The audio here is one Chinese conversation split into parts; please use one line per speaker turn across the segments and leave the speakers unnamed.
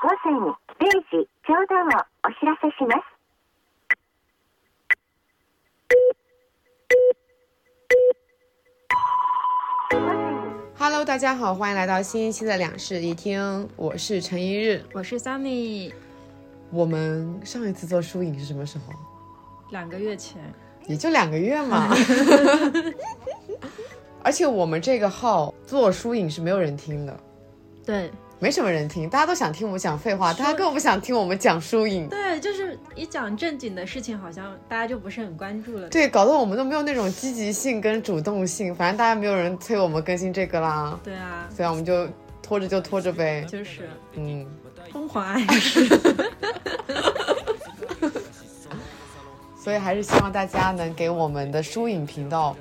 朝に0時ちょうどをお知らせします。
Hello，大家好，欢迎来到新一期的两室一厅，我是陈一日。
我是 Sunny，
我们上一次做疏影是什么时候？
两个月前，
也就两个月嘛。而且我们这个号做疏影是没有人听的，
对
没什么人听，大家都想听我们讲废话，
说
大家根本不想听我们讲疏影。
对，就是一讲正经的事情，好像大家就不是很关注了。
对，搞得我们都没有那种积极性跟主动性，反正大家没有人催我们更新这个啦，
对啊，
所以我们就拖着就拖着呗。
就是
嗯，
疯狂暗示。
所以还是希望大家能给我们的疏影频道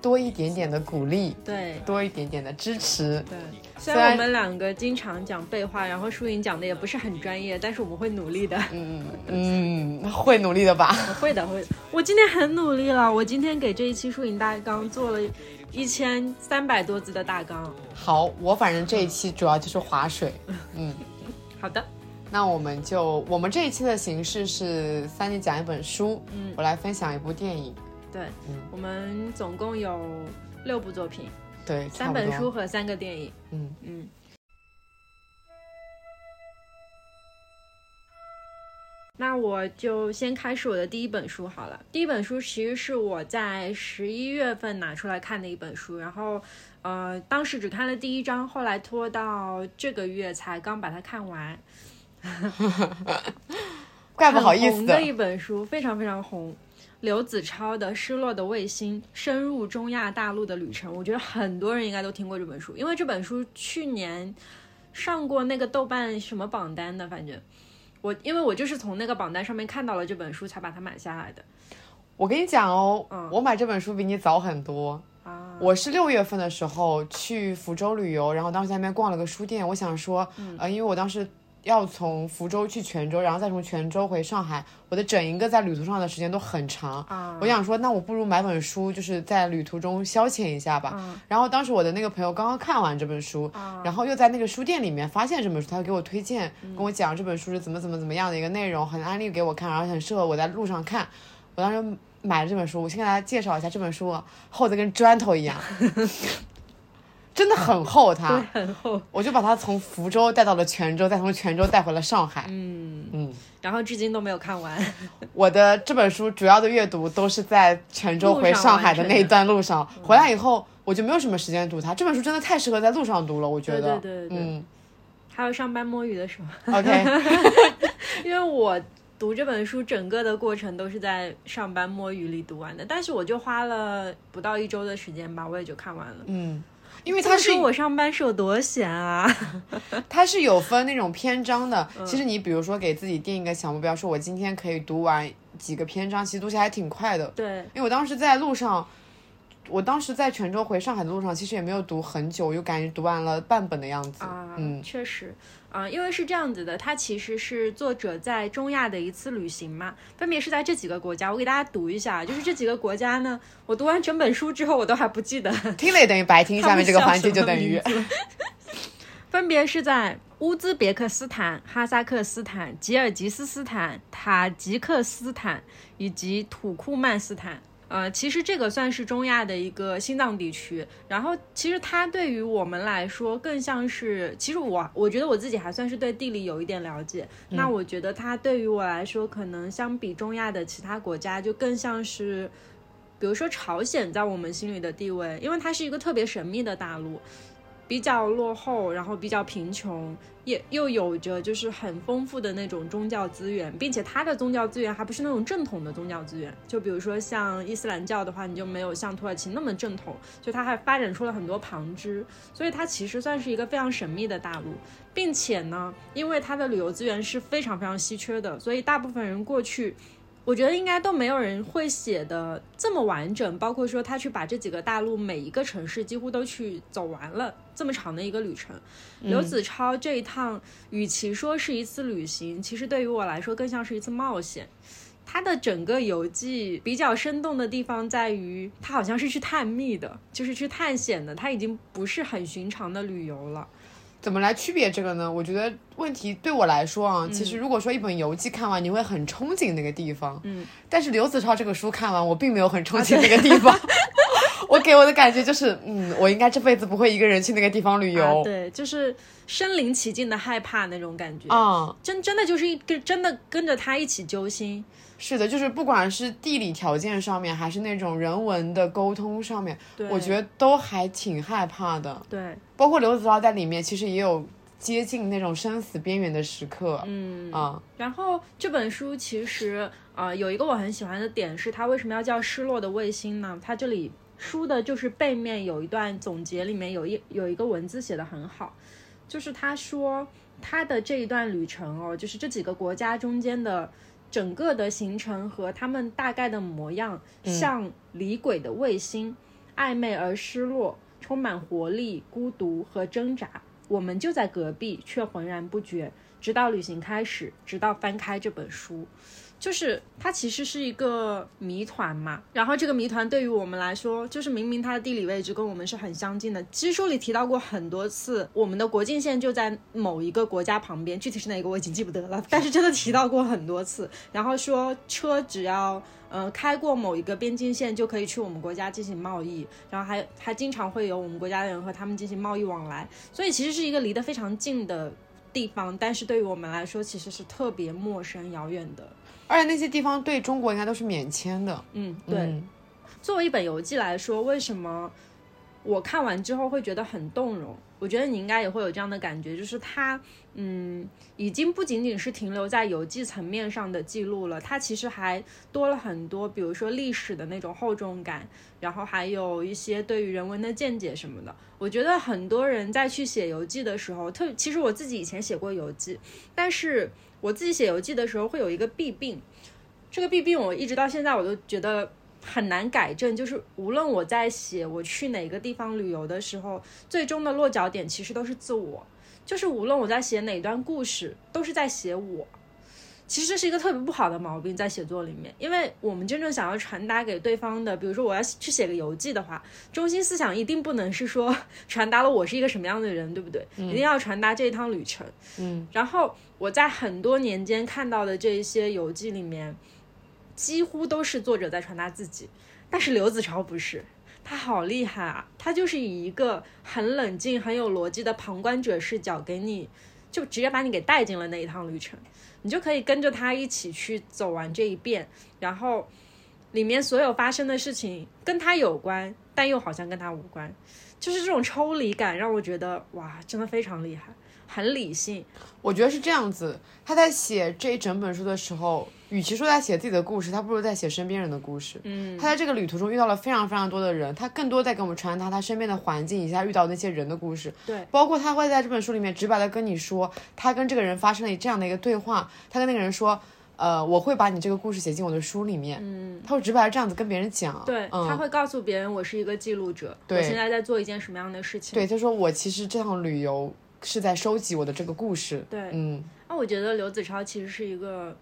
多一点点的鼓励，
对
多一点点的支持。
对，
虽
虽
然
然我们两个经常讲废话，然后舒颖讲的也不是很专业，但是我们会努力的。
嗯，会努力的吧？
我会的，会的。我今天很努力了，我今天给这一期舒颖大纲做了一千三百多字的大纲。
好，我反正这一期主要就是划水。
好的，
那我们就我们这一期的形式是三姐讲一本书，
嗯
我来分享一部电影。
对、
嗯
我们总共有六部作品，
对，差
三
不多
本书。和三个电影。
嗯，
嗯。那我就先开始我的第一本书好了。第一本书其实是我在十一月份拿出来看的一本书，然后呃，当时只看了第一章，后来拖到这个月才刚把它看完。
怪不好意
很
思
红的一本书，非常非常红。刘子超的《失落的卫星：深入中亚大陆的旅程》，我觉得很多人应该都听过这本书，因为这本书去年上过那个豆瓣什么榜单的，反正我因为我就是从那个榜单上面看到了这本书，才把它买下来的。
我跟你讲哦，
嗯
我买这本书比你早很多。
啊
我是六月份的时候去福州旅游，然后当时在那边逛了个书店，我想说，
嗯
呃，因为我当时要从福州去泉州，然后再从泉州回上海，我的整一个在旅途上的时间都很长。
啊
我想说，那我不如买本书，就是在旅途中消遣一下吧。
嗯
然后当时我的那个朋友刚刚看完这本书，
啊
然后又在那个书店里面发现这本书，他就给我推荐，
嗯
跟我讲这本书是怎么怎么怎么样的一个内容，很安利给我看，然后很适合我在路上看。我当时买了这本书，我先给大家介绍一下这本书，啊厚的跟砖头一样， 真的很厚它。
对，很厚。
我就把它从福州带到了泉州，再从泉州带回了上海。
嗯，
嗯，
然后至今都没有看完。
我的这本书主要的阅读都是在泉州回上海的那一段路上，
嗯
回来以后我就没有什么时间读它。这本书真的太适合在路上读了，我觉
对
得。
对对对对
嗯
还有上班摸鱼的时候，
，OK，
因为我读这本书整个的过程都是在上班摸鱼里读完的，但是我就花了不到一周的时间吧，我也就看完了。
嗯，因为
这
它
么
是
说我上班是有多闲啊？
它是有分那种篇章的。
嗯
其实你比如说给自己定一个小目标，说我今天可以读完几个篇章，其实读起来还挺快的。
对，
因为我当时在路上，我当时在泉州回上海的路上，其实也没有读很久，我就感觉读完了半本的样子。
啊，
嗯，
确实啊，因为是这样子的，它其实是作者在中亚的一次旅行嘛，分别是在这几个国家，我给大家读一下，啊就是这几个国家呢，我读完整本书之后，我都还不记得，
听了也等于白 听，下面这个环节就等于
他们叫什么名字分别是在乌兹别克斯坦、哈萨克斯坦、吉尔吉斯斯坦、塔吉克斯坦以及土库曼斯坦。呃，其实这个算是中亚的一个心脏地区，然后其实它对于我们来说更像是，其实我我觉得我自己还算是对地理有一点了解，那我觉得它对于我来说，可能相比中亚的其他国家，就更像是，比如说朝鲜在我们心里的地位，因为它是一个特别神秘的大陆，比较落后，然后比较贫穷，也又有着就是很丰富的那种宗教资源，并且它的宗教资源还不是那种正统的宗教资源，就比如说像伊斯兰教的话，你就没有像土耳其那么正统，就它还发展出了很多旁支，所以它其实算是一个非常神秘的大陆，并且呢，因为它的旅游资源是非常非常稀缺的，所以大部分人过去。我觉得应该都没有人会写的这么完整，包括说他去把这几个大陆每一个城市几乎都去走完了这么长的一个旅程。刘子超这一趟，与其说是一次旅行，其实对于我来说更像是一次冒险。他的整个游记比较生动的地方在于，他好像是去探秘的，就是去探险的，他已经不是很寻常的旅游了。
怎么来区别这个呢？我觉得问题对我来说啊，其实
嗯
如果说一本游记看完，你会很憧憬那个地方，嗯，但是刘子超这个书看完，我并没有很
啊
憧憬那个地 方。我给我的感觉就是，嗯，我应该这辈子不会一个人去那个地方旅
啊
游。
对，就是身临其境的害怕那种感觉。
啊、
真真的就是一跟真的跟着他一起揪心，
是的，就是不管是地理条件上面，还是那种人文的沟通上面，
对
我觉得都还挺害怕的。
对，
包括刘子超在里面，其实也有接近那种生死边缘的时刻。
嗯
啊、
然后这本书其实呃有一个我很喜欢的点是，它为什么要叫失落的卫星呢？它这里书的就是背面有一段总结，里面有一有一个文字写的很好，就是他说他的这一段旅程哦，就是这几个国家中间的整个的行程和他们大概的模样，
嗯
像离轨的卫星，暧昧而失落，充满活力、孤独和挣扎。我们就在隔壁，却浑然不觉。直到旅行开始，直到翻开这本书，就是它其实是一个谜团嘛。然后这个谜团对于我们来说，就是明明它的地理位置跟我们是很相近的。其实书里提到过很多次，我们的国境线就在某一个国家旁边，具体是哪个我已经记不得了，但是真的提到过很多次。然后说车只要呃开过某一个边境线就可以去我们国家进行贸易，然后还还经常会有我们国家的人和他们进行贸易往来，所以其实是一个离得非常近的地方，但是对于我们来说其实是特别陌生遥远的。
而且那些地方对中国应该都是免签的。
嗯，对。
嗯
作为一本游记来说，为什么我看完之后会觉得很动容？我觉得你应该也会有这样的感觉，就是它，嗯，已经不仅仅是停留在游记层面上的记录了，它其实还多了很多，比如说历史的那种厚重感，然后还有一些对于人文的见解什么的。我觉得很多人在去写游记的时候，特其实我自己以前写过游记，但是我自己写游记的时候会有一个弊病，这个弊病我一直到现在我都觉得很难改正，就是无论我在写我去哪个地方旅游的时候，最终的落脚点其实都是自我，就是无论我在写哪段故事，都是在写我。其实这是一个特别不好的毛病，在写作里面，因为我们真正想要传达给对方的，比如说我要去写个游记的话，中心思想一定不能是说传达了我是一个什么样的人，对不对？一定要传达这一趟旅程。
嗯，
然后我在很多年间看到的这一些游记里面，几乎都是作者在传达自己，但是刘子超不是，他好厉害啊！他就是以一个很冷静、很有逻辑的旁观者视角，给你就直接把你给带进了那一趟旅程，你就可以跟着他一起去走完这一遍，然后里面所有发生的事情跟他有关，但又好像跟他无关，就是这种抽离感让我觉得哇，真的非常厉害，很理性，
我觉得是这样子，他在写这一整本书的时候，与其说在写自己的故事，他不如在写身边人的故事。嗯，他在这个旅途中遇到了非常非常多的人，他更多在给我们传达他身边的环境以及他遇到那些人的故事。
对，
包括他会在这本书里面直白的跟你说，他跟这个人发生了这样的一个对话，他跟那个人说。呃，我会把你这个故事写进我的书里面。嗯，他会直白的这样子跟别人讲。
对，
嗯、
他会告诉别人我是一个记录者，我
对
现在在做一件什么样的事情。
对，他说我其实这趟旅游是在收集我的这个故事。
对
嗯，
那我觉得刘子超其实是一个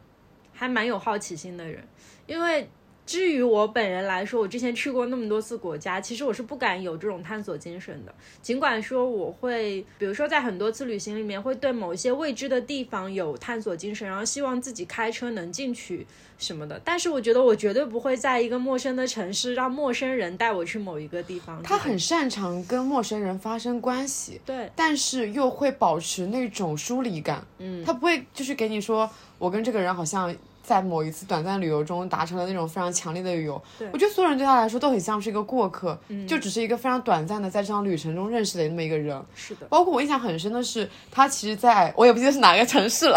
还蛮有好奇心的人，因为至于我本人来说，我之前去过那么多次国家，其实我是不敢有这种探索精神的。尽管说我会，比如说在很多次旅行里面，会对某一些未知的地方有探索精神，然后希望自己开车能进去什么的，但是我觉得我绝对不会在一个陌生的城市让陌生人带我去某一个地方。
他很擅长跟陌生人发生关系。
对，
但是又会保持那种疏离感。嗯，他不会就是给你说，我跟这个人好像在某一次短暂旅游中达成了那种非常强烈的旅游。
对嗯
我觉得所有人对他来说都很像是一个过客，就只是一个非常短暂的在这场旅程中认识的那么一个人。
是的，
包括我印象很深的是，他其实在我也不记得是哪个城市 了。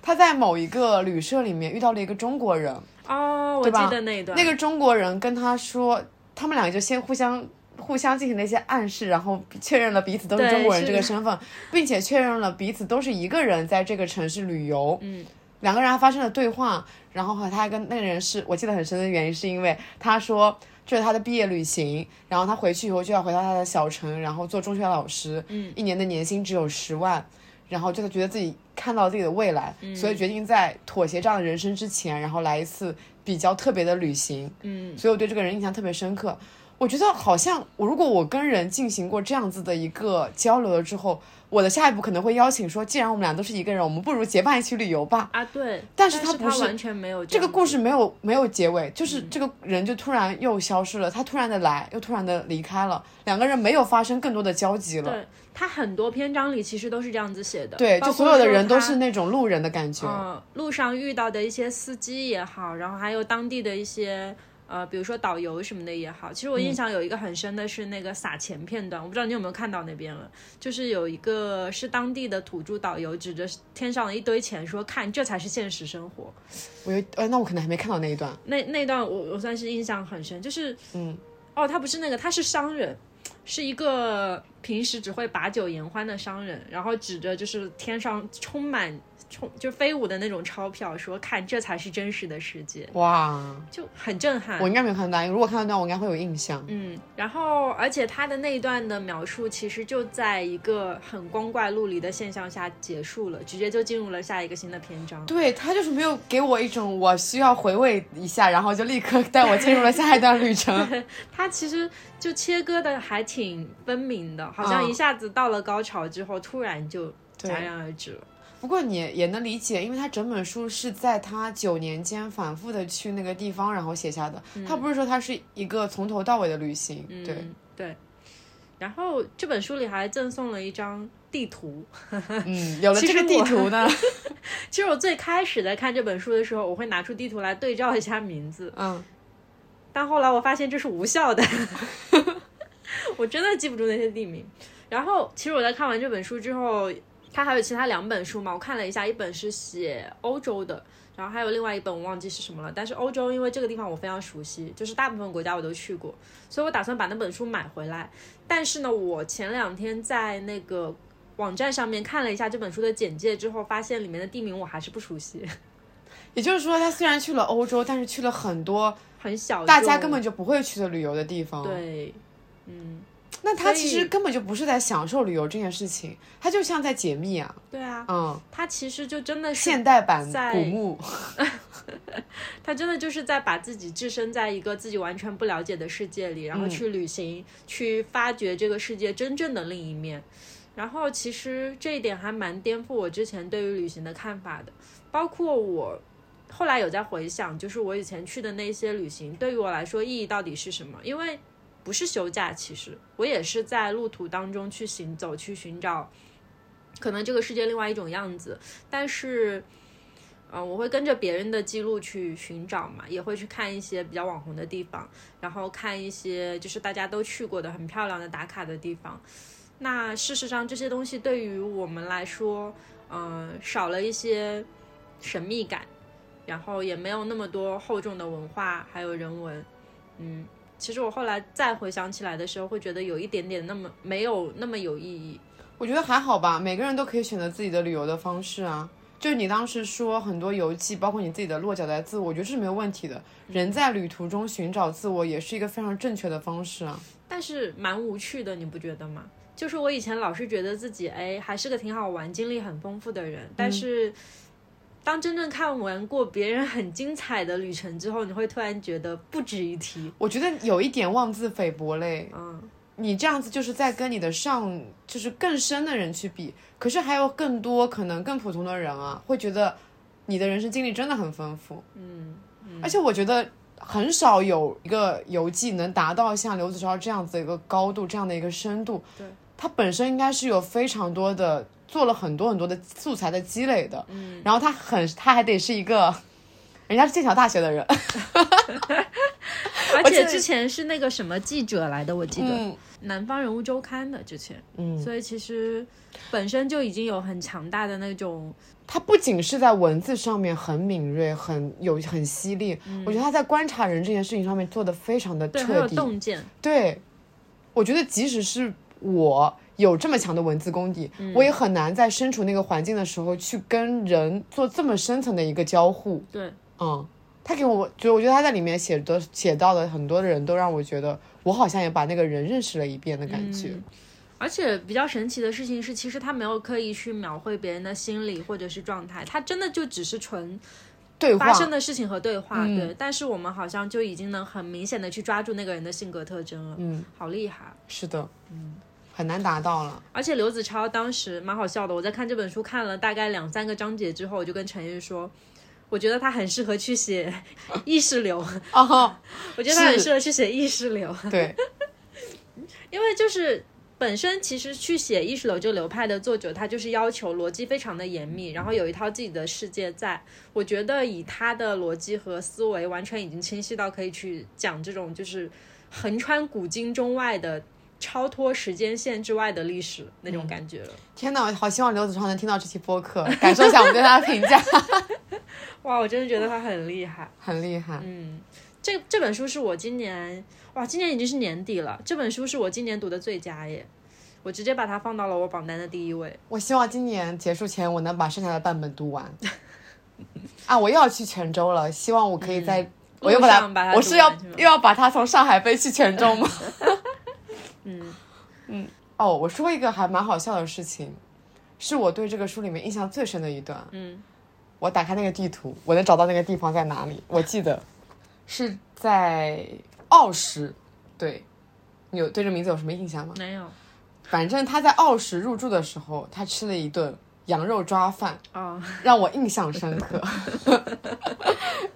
他在某一个旅社里面遇到了一个中国人，
哦，我
对
记
吧
得那一段，
那个中国人跟他说，他们两个就先互相互相进行了一些暗示，然后确认了彼此都是
对
中国人
是
这个身份，并且确认了彼此都是一个人在这个城市旅游。
嗯，
两个人还发生了对话，然后他还跟那个人是我记得很深的原因，是因为他说。这是他的毕业旅行，然后他回去以后就要回到他的小城，然后做中学老师，嗯，一年的年薪只有十万，然后就他觉得自己看到自己的未来，所以决定在妥协这样的人生之前，然后来一次比较特别的旅行。
嗯，
所以我对这个人印象特别深刻。我觉得好像我如果我跟人进行过这样子的一个交流了之后，我的下一步可能会邀请说，既然我们俩都是一个人，我们不如结伴一起旅游吧。
啊，对，
但
是
是他不是
完全没有
这个
样
故
子
事没有没有结尾，就是这个人就突然又消失了，他突然的来，又突然的离开了，两个人没有发生更多的交集了。
对，它很多篇章里其实都是这样子写的，
嗯对，
包
就所
括
有的
说
人都
它
是那种路人的感觉。
嗯，路上遇到的一些司机也好，然后还有当地的一些呃，比如说导游什么的也好。其实我
嗯
印象有一个很深的是那个撒钱片段，我不知道你有没有看到那边了，就是有一个是当地的土著导游指着天上的一堆钱说：“看，这才是现实生活。
我有，呃，那我可能还没看到那一段。
那”那段我我算是印象很深，就是
嗯，
哦，他不是那个，他是商人。是一个平时只会把酒言欢的商人，然后指着就是天上充满充就飞舞的那种钞票说：“看，这才是真实的世界。
哇，”
就很震撼
我。应该没有看到那一段，如果看到那一段，我应该会有印象。
嗯，然后而且他的那一段的描述，其实就在一个很光怪陆离的现象下结束了，直接就进入了下一个新的篇章。
对他就是没有给我一种我需要回味一下，然后就立刻带我进入了下一段旅程。
他其实就切割的还挺分明的，好像
嗯
一下子到了高潮之后，突然就戛
对
然而止了。
不过你也能理解，因为他整本书是在他九年间反复的去那个地方，然后写下的。他不是说他是一个从头到尾的旅行，对，
嗯对。然后这本书里还赠送了一张地图。
嗯，有了
其
这
实
个地
我
图 呢，
其实我最开始在看这本书的时候，我会拿出地图来对照一下名字，
嗯，
但后来我发现这是无效的， 我真的记不住那些地名。然后，其实我在看完这本书之后，它还有其他两本书嘛，我看了一下，一本是写欧洲的，然后还有另外一本我忘记是什么了。但是欧洲因为这个地方我非常熟悉，就是大部分国家我都去过，所以我打算把那本书买回来。但是呢，我前两天在那个网站上面看了一下这本书的简介之后，发现里面的地名我还是不熟悉，
也就是说他虽然去了欧洲，但是去了很多
很小，
大家根本就不会去的旅游的地方。，
对，嗯。
那他
所
其
以
实根本就不是在享受旅游这件事情，他就像在解密啊，
对啊，
嗯，
他其实就真的是
现代版
在
古墓，
他真的就是在把自己置身在一个自己完全不了解的世界里，然
嗯
后去旅行，去发掘这个世界真正的另一面。然后其实这一点还蛮颠覆我之前对于旅行的看法的，包括我后来有在回想，就是我以前去的那些旅行，对于我来说意义到底是什么？因为不是休假，其实我也是在路途当中去行走，去寻找可能这个世界另外一种样子，但是。嗯，我会跟着别人的记录去寻找嘛，也会去看一些比较网红的地方，然后看一些就是大家都去过的很漂亮的打卡的地方。那事实上，这些东西对于我们来说，嗯、少了一些神秘感，然后也没有那么多厚重的文化还有人文。嗯，其实我后来再回想起来的时候，会觉得有一点点那么没有那么有意义。
我觉得还好吧，每个人都可以选择自己的旅游的方式啊。就是你当时说很多游记，包括你自己的落脚在自我，我觉得是没有问题的。人在旅途中寻找自我，也是一个非常正确的方式啊。
但是蛮无趣的，你不觉得吗？就是我以前老是觉得自己哎还是个挺好玩、经历很丰富的
嗯
人，但是当真正看完过别人很精彩的旅程之后，你会突然觉得不值一提。
我觉得有一点妄自菲薄嘞，
嗯，
你这样子就是在跟你的上，就是更深的人去比，可是还有更多可能更普通的人啊，会觉得你的人生经历真的很丰富。嗯，而且我觉得很少有一个游记能达到像刘子超这样子一个高度，这样的一个深度。
对，
他本身应该是有非常多的做了很多很多的素材的积累的。嗯，然后他很，他还得是一个。人家是剑桥大学的人，
而且之前是那个什么记者来的，我记得《
嗯
南方人物周刊》的之前，
嗯，
所以其实本身就已经有很强大的那种
他不仅是在文字上面很敏锐、很有、很犀利，我觉得他在观察人这件事情上面做的非常的
嗯对很有
彻底。
洞见，
对我觉得即使是我有这么强的文字功底，
嗯
我也很难在身处那个环境的时候去跟人做这么深层的一个交互。
对。
嗯，他给我觉得，我觉得他在里面写的写到的很多的人都让我觉得，我好像也把那个人认识了一遍的感觉。
嗯而且比较神奇的事情是，其实他没有刻意去描绘别人的心理或者是状态，他真的就只是纯
对话嗯
发生的事情和对话，对。但是我们好像就已经能很明显的去抓住那个人的性格特征了，嗯，好厉害。
是的，嗯，很难达到 了。
而且刘子超当时蛮好笑的，我在看这本书看了大概两三个章节之后，我就跟陈玉说。我觉得他很适合去写意识流，
哦，
我觉得他很
是
适合去写意识流，
对，
因为就是本身其实去写意识流这个流派的作者，他就是要求逻辑非常的严密，然后有一套自己的世界在。我觉得以他的逻辑和思维，完全已经清晰到可以去讲这种就是横穿古今中外的。超脱时间线之外的历史那种感觉了，
天哪，我好希望刘子超能听到这期播客，感受一下我们对他的评价，
哇！我真的觉得他很厉害。
很厉害。
嗯，这这本书是我今年哇，今年已经是年底了，这本书是我今年读的最佳耶，我直接把它放到了我榜单的第一位。
我希望今年结束前我能把剩下的半本读完。 啊，我又要去泉州了，希望我可以在。我又
嗯路
把它，
上把它
我
读
是要
完是吗
又要把它从上海飞去泉州吗？
嗯
哦，我说一个还蛮好笑的事情，是我对这个书里面印象最深的一段。
嗯
我打开那个地图，我能找到那个地方在哪里。我记得是在奥什，对，你有对这名字有什么印象吗？
没有
反正他在奥什入住的时候，他吃了一顿羊肉抓饭，
哦，
让我印象深刻。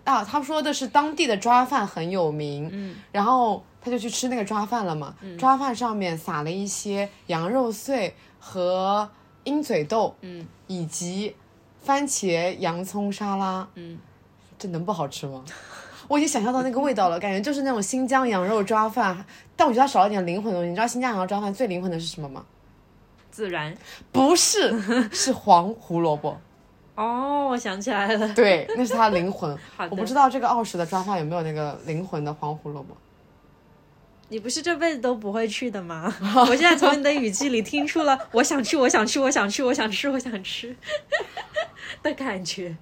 啊，他说的是当地的抓饭很有名，
嗯，
然后他就去吃那个抓饭了嘛。抓饭上面撒了一些羊肉碎和鹰嘴豆，
嗯，
以及番茄洋葱沙拉，
嗯，
这能不好吃吗？我已经想象到那个味道了，感觉就是那种新疆羊肉抓饭，但我觉得它少了点灵魂的东西。你知道新疆羊肉抓饭最灵魂的是什么吗？
自然
不 是，是黄胡萝卜。
哦，我想起来了，
对，那是它的灵魂。
好的
我不知道这个奥什的抓饭有没有那个灵魂的黄胡萝卜。
你不是这辈子都不会去的 吗？我现在从你的语气里听出了 我想去，我想去，我想去，我想吃，我想吃 的感觉。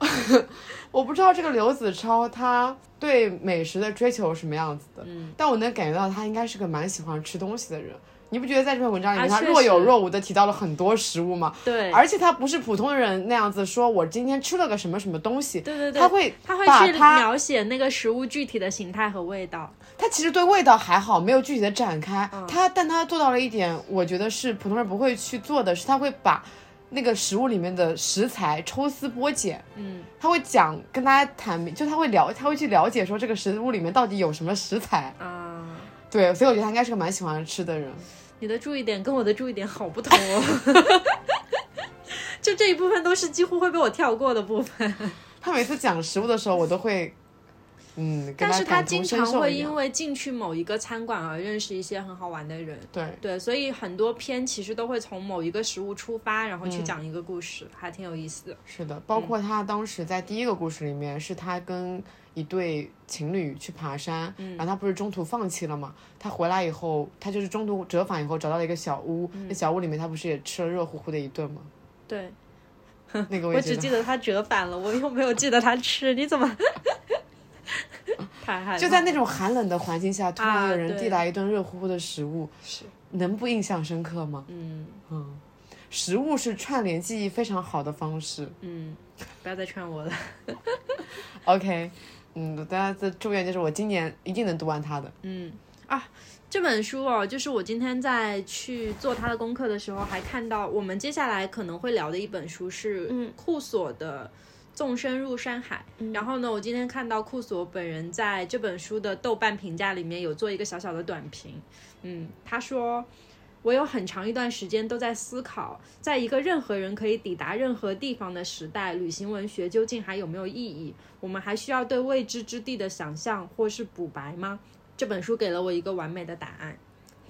我不知道这个刘子超他对美食的追求是什么样子的，
嗯
但我能感觉到他应该是个蛮喜欢吃东西的人。你不觉得在这篇文章里
啊
面，他
确
若有
实
若无的提到了很多食物吗？
对，
而且他不是普通人那样子说，我今天吃了个什么什么东西，
对对对，
他会
他会
把
去
它
描写那个食物具体的形态和味道。
他其实对味道还好，没有具体的展开。
嗯
他但他做到了一点，我觉得是普通人不会去做的，是他会把那个食物里面的食材抽丝剥茧。
嗯，
他会讲跟大家谈明，就他会了，他会去了解说这个食物里面到底有什么食材。
啊、
对，所以我觉得他应该是个蛮喜欢吃的人。
你的注意点跟我的注意点好不同哦。 就这一部分都是几乎会被我跳过的部分，
他每次讲食物的时候，我都会，嗯，跟
但是他
感同
经
身
常
受
会
一
因
样。
为进去某一个餐馆而认识一些很好玩的人。
对，
对，所以很多篇其实都会从某一个食物出发，然后去讲一个故事，还挺有意思的。
是的，包
嗯
括他当时在第一个故事里面，是他跟一对情侣去爬山，
嗯
然后他不是中途放弃了嘛？他回来以后，他就是中途折返以后找到了一个小屋，
嗯
那小屋里面他不是也吃了热乎乎的一 顿吗？
对
那个
我
也
只
觉得
记得他折返了，我又没有记得他吃，你怎 么？太害怕
就在那种寒冷的环境下，突然有人
啊对
递来一顿热乎乎的食物，
是
能不印象深刻吗？
嗯
嗯，食物是串联记忆非常好的方式。
嗯，不要再劝我了。
OK，嗯，大家的祝愿就是我今年一定能读完它的。
嗯啊，这本书哦，就是我今天在去做他的功课的时候，还看到我们接下来可能会聊的一本书是库索的《纵身入山海》。然后呢，我今天看到库索本人在这本书的豆瓣评价里面有做一个小小的短评。嗯，他说。我有很长一段时间都在思考，在一个任何人可以抵达任何地方的时代，旅行文学究竟还有没有意义？我们还需要对未知之地的想象或是补白吗？这本书给了我一个完美的答案，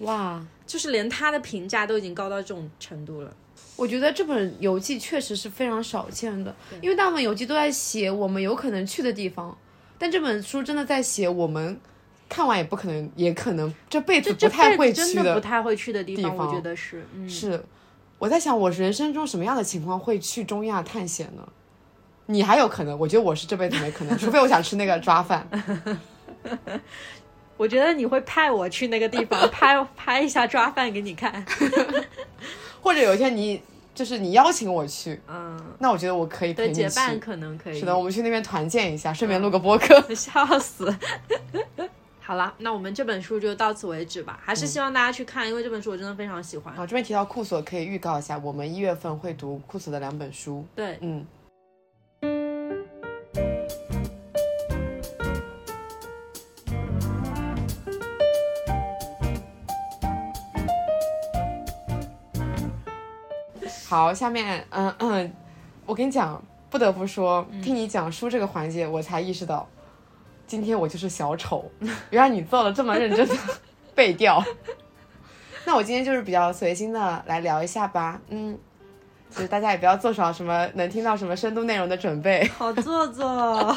哇，
就是连他的评价都已经高到这种程度了。
我觉得这本游记确实是非常少见的，因为大部分游记都在写我们有可能去的地方，但这本书真的在写我们看完也不可能，也可能这辈子
就
不
这
太
辈
会
子
去
真不太会去的地
地
方，
方
我觉得是，嗯，
是，我在想我人生中什么样的情况会去中亚探险呢？你还有可能，我觉得我是这辈子没可 能，除非我想吃那个抓饭。
我觉得你会派我 去那个地方拍拍一下抓饭给你看。
或者有一天你就是你邀请我去，
嗯，
那我觉得我可以陪
的
你
结
去。
伴可能可以。嗯
是的，我们去那边团建一下，顺便录个播客。
笑死。好了，那我们这本书就到此为止吧。还是希望大家去看，因为这本书我真的非常喜欢
嗯好，。这边提到库索，可以预告一下，我们一月份会读库索的两本书。
对，
嗯，好，下面，嗯嗯，我跟你讲，不得不说，听你讲书这个环节，我才意识到，今天我就是小丑， 原来你做了这么认真的 背调。 那我今天就是比较随心的来聊一下吧，嗯，就是大家也不要做少什么能听到什么深度内容的准备，
好做作。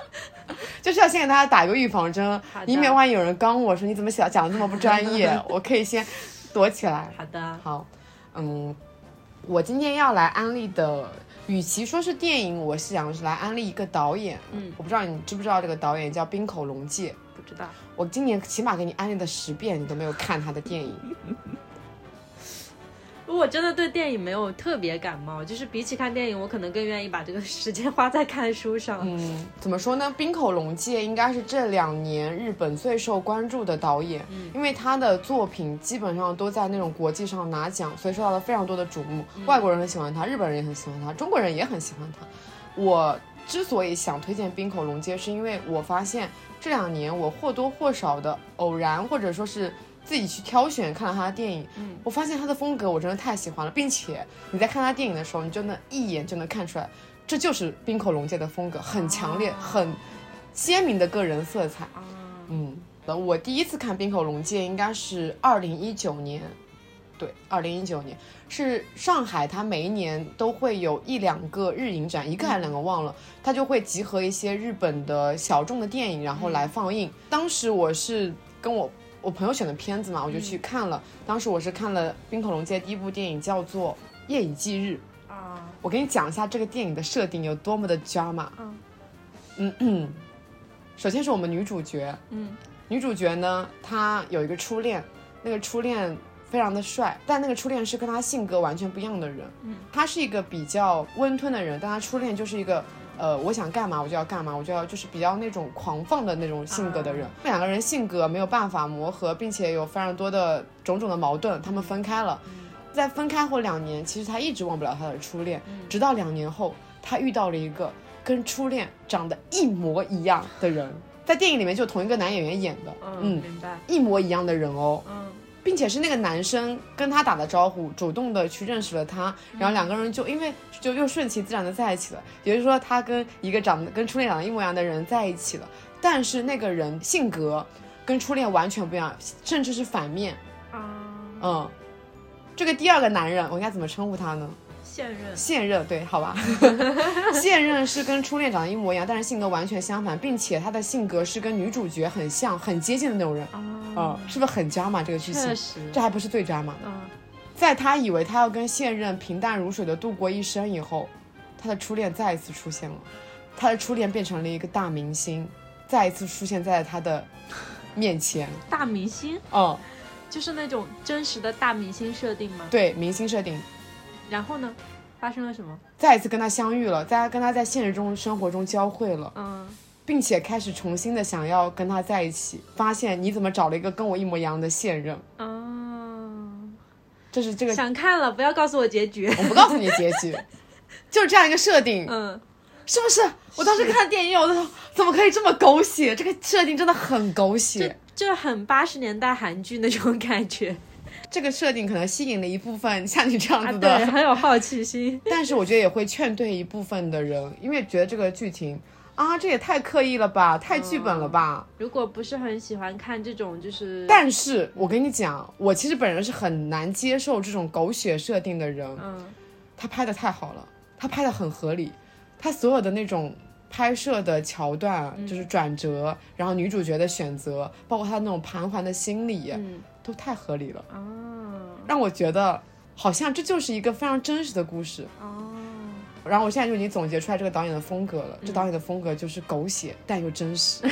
就是要先给大家打个预防针
好，的
以免万一有人刚我说你怎么想讲的这么不专业，我可以先躲起来。
好的，
好，嗯，我今天要来安利的，与其说是电影，我是想是来安利一个导演。
嗯
我不知道你知不知道这个导演叫滨口龙介，
不知道。
我今年起码给你安利了十遍，你都没有看他的电影。
我真的对电影没有特别感冒，就是比起看电影，我可能更愿意把这个时间花在看书上。
嗯，怎么说呢？滨口龙介应该是这两年日本最受关注的导演，因为他的作品基本上都在那种国际上拿奖，所以受到了非常多的瞩目。外国人很喜欢他，日本人也很喜欢他，中国人也很喜欢他。我之所以想推荐滨口龙介，是因为我发现这两年我或多或少的偶然或者说是。自己去挑选看了他的电影，我发现他的风格我真的太喜欢了，并且你在看他电影的时候，你就能一眼就能看出来，这就是冰口龙介的风格，很强烈、很鲜明的个人色彩。
啊，
嗯，我第一次看冰口龙介应该是二零一九年，对，二零一九年是上海，它每一年都会有一两个日影展，一个还是两个忘了，它就会集合一些日本的小众的电影，然后来放映。当时我是跟我我朋友选的片子嘛，我就去看了。当时我是看了冰口龙介第一部电影叫做《夜以继日》。
啊，
我给你讲一下这个电影的设定有多么的 drama。
嗯
嗯嗯，首先是我们女主角，
嗯
女主角呢，她有一个初恋，那个初恋非常的帅，但那个初恋是跟她性格完全不一样的人。
嗯，
她是一个比较温吞的人，但她初恋就是一个。呃，我想干嘛我就要干嘛，我就要就是比较那种狂放的那种性格的
啊
人。这两个人性格没有办法磨合，并且有非常多的种种的矛盾，他们分开了。
嗯
在分开后两年，其实她一直忘不了她的初恋，直到两年后，她遇到了一个跟初恋长得一模一样的人，在电影里面就同一个男演员演的，
嗯，明白。
一模一样的人哦，
嗯
并且是那个男生跟他打的招呼，主动的去认识了他，然后两个人就因为就又顺其自然的在一起了。也就是说，他跟一个长得跟初恋长得一模一样的人在一起了，但是那个人性格跟初恋完全不一样，甚至是反面。
啊，
嗯，这个第二个男人，我应该怎么称呼他呢？
现任
现任对，好 吧，现任是跟初恋长得一模一样，但是性格完全相反，并且他的性格是跟女主角很像、很接近的那种人，
啊，
嗯，是不是很抓马这个剧
确
情？
实
这还不是最抓马的，
嗯
在他以为他要跟现任平淡如水的度过一生以后，他的初恋再一次出现了，他的初恋变成了一个大明星，再一次出现在他的面前，
大明星
嗯，
就是那种真实的大明星设定吗？
对，明星设定，
然后呢，发生了什么？
再一次跟他相遇了，在跟他在现实中生活中交汇了。
嗯
并且开始重新的想要跟他在一起，发现你怎么找了一个跟我一模一样的现任？
啊，
这是这个，
想看了，不要告诉我结局。
我不告诉你结局，就是这样一个设定，
嗯，
是不是？哦我当时看电影，我都怎么可以这么狗血？这个设定真的很狗
就
血。
就很八十年代韩剧那种感觉
这个设定可能吸引了一部分像你这样
啊，
子的，
对，很有好奇心。
但是我觉得也会劝退一部分的人，因为觉得这个剧情啊，这也太刻意了吧，太剧本了吧。
如果不是很喜欢看这种，就是
但是我跟你讲，我其实本人是很难接受这种狗血设定的人。
嗯
他拍的太好了，他拍的很合理，他所有的那种拍摄的桥段，就是转折，然后女主角的选择，包括他那种盘桓的心理，
嗯
都太合理了，
啊
让我觉得好像这就是一个非常真实的故事。嗯
哦，
然后我现在就已经总结出来这个导演的风格了，这导演的风格就是狗血但又真实。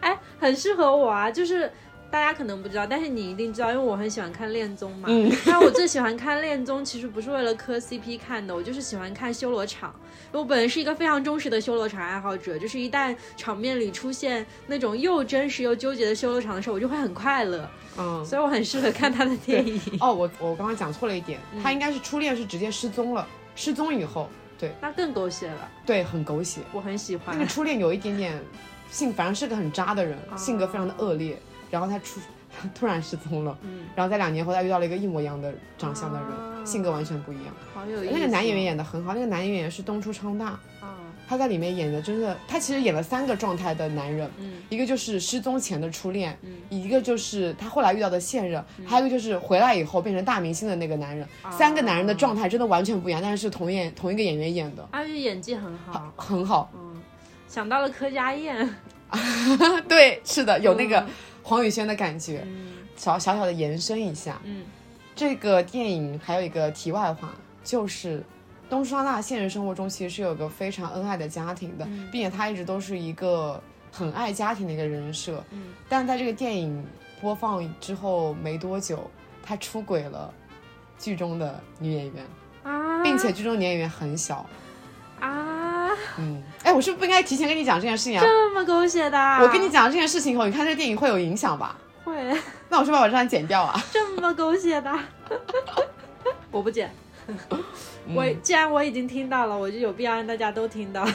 哎，很适合我啊，就是。大家可能不知道，但是你一定知道，因为我很喜欢看恋综嘛。
嗯
但我最喜欢看恋综，其实不是为了磕 CP 看的，我就是喜欢看修罗场。我本人是一个非常忠实的修罗场爱好者，就是一旦场面里出现那种又真实又纠结的修罗场的时候，我就会很快乐。
嗯，
所以我很适合看他的 电影。
哦，我我刚刚讲错了一点，他应该是初恋是直接失踪了，失踪以后，对
那更狗血了，
对，很狗血。
我很喜
那 个
欢。
初恋有一点点性，反正是个很渣的人，
哦
性格非常的恶劣，然后他出突然失踪了，
嗯，
然后在两年后他遇到了一个一模一样的长相的人，
啊
性格完全不一样。
好有意思。哦
那个男演员演的很好，那个男演员是东出昌大，
啊，
他在里面演的真的，他其实演了三个状态的男人，
嗯
一个就是失踪前的初恋，
嗯
一个就是他后来遇到的现任，还有一个就是回来以后变成大明星的那个男人。
哦
三个男人的状态真的完全不一样，但是是同演同一个演员演的，
阿玉演技很好。
很好。
嗯，想到了柯佳燕。
对，是的，有那个黄宇轩的感觉，
嗯
小小小的延伸一下。
嗯
这个电影还有一个题外话，就是东山大现实生活中其实是有个非常恩爱的家庭的，
嗯
并且他一直都是一个很爱家庭的一个人设。
嗯，
但在这个电影播放之后没多久，他出轨了剧中的女演员，
啊，
并且剧中女演员很 小。
啊，
嗯，哎，我是不是不应该提前跟你讲这件事情啊？
这么狗血的啊，
我跟你讲这件事情以后，你看这个电影会有影响吧？
会
那我是不是把这段剪掉啊？
这么狗血 的，我不剪。 我
嗯
既然我已经听到了，我就有必要让大家都听到。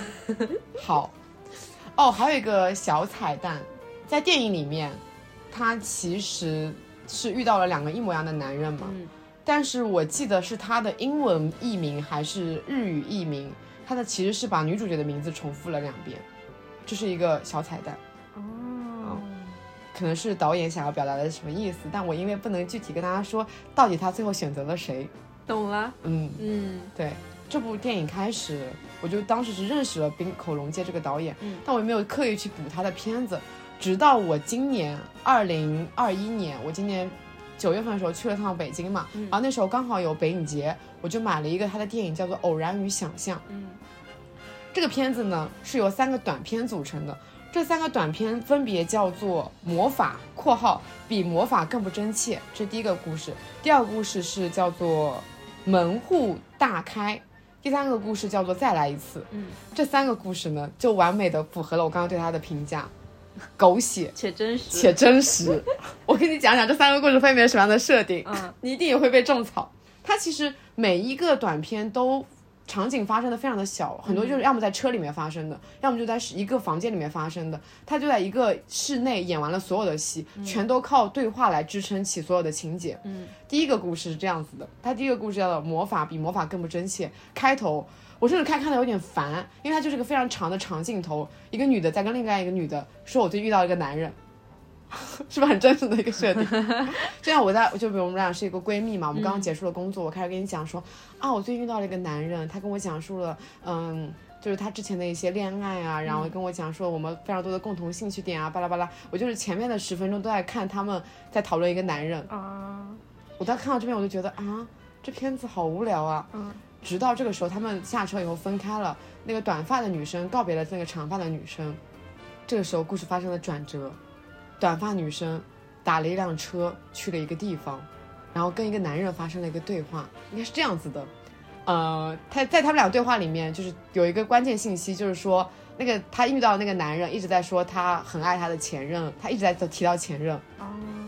好，哦，还有一个小彩蛋，在电影里面，她其实是遇到了两个一模一样的男人嘛，
嗯
但是我记得是她的英文译名还是日语译名，她的其实是把女主角的名字重复了两遍，这是一个小彩蛋。嗯
哦，
可能是导演想要表达的什么意思，但我因为不能具体跟大家说到底他最后选择了谁，
懂了。
嗯，
嗯
对，这部电影开始，我就当时是认识了滨口龙介这个导演，
嗯
但我也没有刻意去补他的片子，直到我今年二零二一年，我今年九月份的时候去了趟北京嘛，
嗯
然后那时候刚好有北影节，我就买了一个他的电影叫做《偶然与想象》，
嗯
这个片子呢是由三个短片组成的，这三个短片分别叫做《魔法（括号比魔法更不真切）》，这第一个故事；第二个故事是叫做《门户大开》；第三个故事叫做《再来一次》。
嗯，
这三个故事呢，就完美的符合了我刚刚对它的评价：狗血
且真实。
且真实。 我跟你讲讲这三个故事分别是什么样的设定，
嗯
你一定也会被种草。它其实每一个短片都场景发生的非常的小，很多就是要么在车里面发生的，要么就在一个房间里面发生的。它就在一个室内演完了所有的戏，全都靠对话来支撑起所有的情节。
嗯，
第一个故事是这样子的，它第一个故事叫做《魔法比魔法更不真切》，开头。我甚至看看的有点烦，因为它就是个非常长的长镜头，一个女的在跟另外一个女的说：“我最近遇到一个男人。” 是不是很真实的一个设定？就像我在，就比如我们俩是一个闺蜜嘛，我们刚刚结束了工作，我开始跟你讲说，啊，我最近遇到了一个男人，他跟我讲述了，嗯，就是他之前的一些恋爱啊，然后跟我讲说我们非常多的共同兴趣点啊，巴拉巴拉。我就是前面的十分钟都在看他们在讨论一个男人，
啊，
我当看到这边我就觉得啊，这片子好无聊啊。
嗯
直到这个时候，他们下车以后分开了，那个短发的女生告别了那个长发的女生。这个时候，故事发生了转折，短发女生打了一辆车去了一个地方，然后跟一个男人发生了一个对话，应该是这样子的。呃，他在他们俩对话里面，就是有一个关键信息，就是说那个他遇到的那个男人一直在说他很爱他的前任，他一直在提到前任。
哦，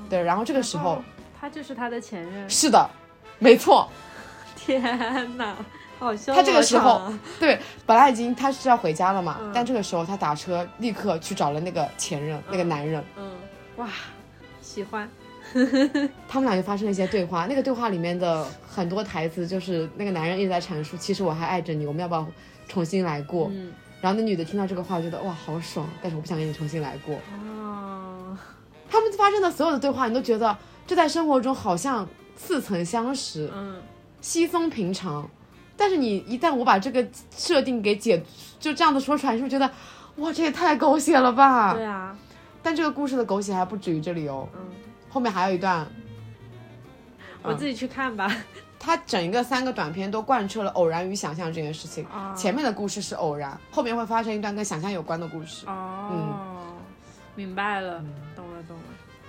对，然后这个时候
哦，他就是他的前任。
是的，没错，
天哪，好凶！啊
他这个时候，对，本来已经他是要回家了嘛，
嗯
但这个时候他打车立刻去找了那个前任、那个男人，
嗯，哇，喜欢。
他们俩就发生了一些对话。那个对话里面的很多台词就是那个男人一直在阐述，其实我还爱着你，我们要不要重新来过？
嗯，
然后那女的听到这个话，觉得哇好爽，但是我不想跟你重新来过。
哦，
他们发生的所有的对话，你都觉得这在生活中好像似曾相识，
嗯
稀松平常。但是你一旦我把这个设定给解，就这样子说出来，是不是觉得，哇，这也太狗血了吧？
对啊，
但这个故事的狗血还不止于这里哦，
嗯，
后面还有一段，
我自己去看吧。
它整一个三个短片都贯彻了偶然与想象这件事情。
啊
前面的故事是偶然，后面会
嗯
发生一段跟想象有关的故事。
哦，明白了，懂了懂了。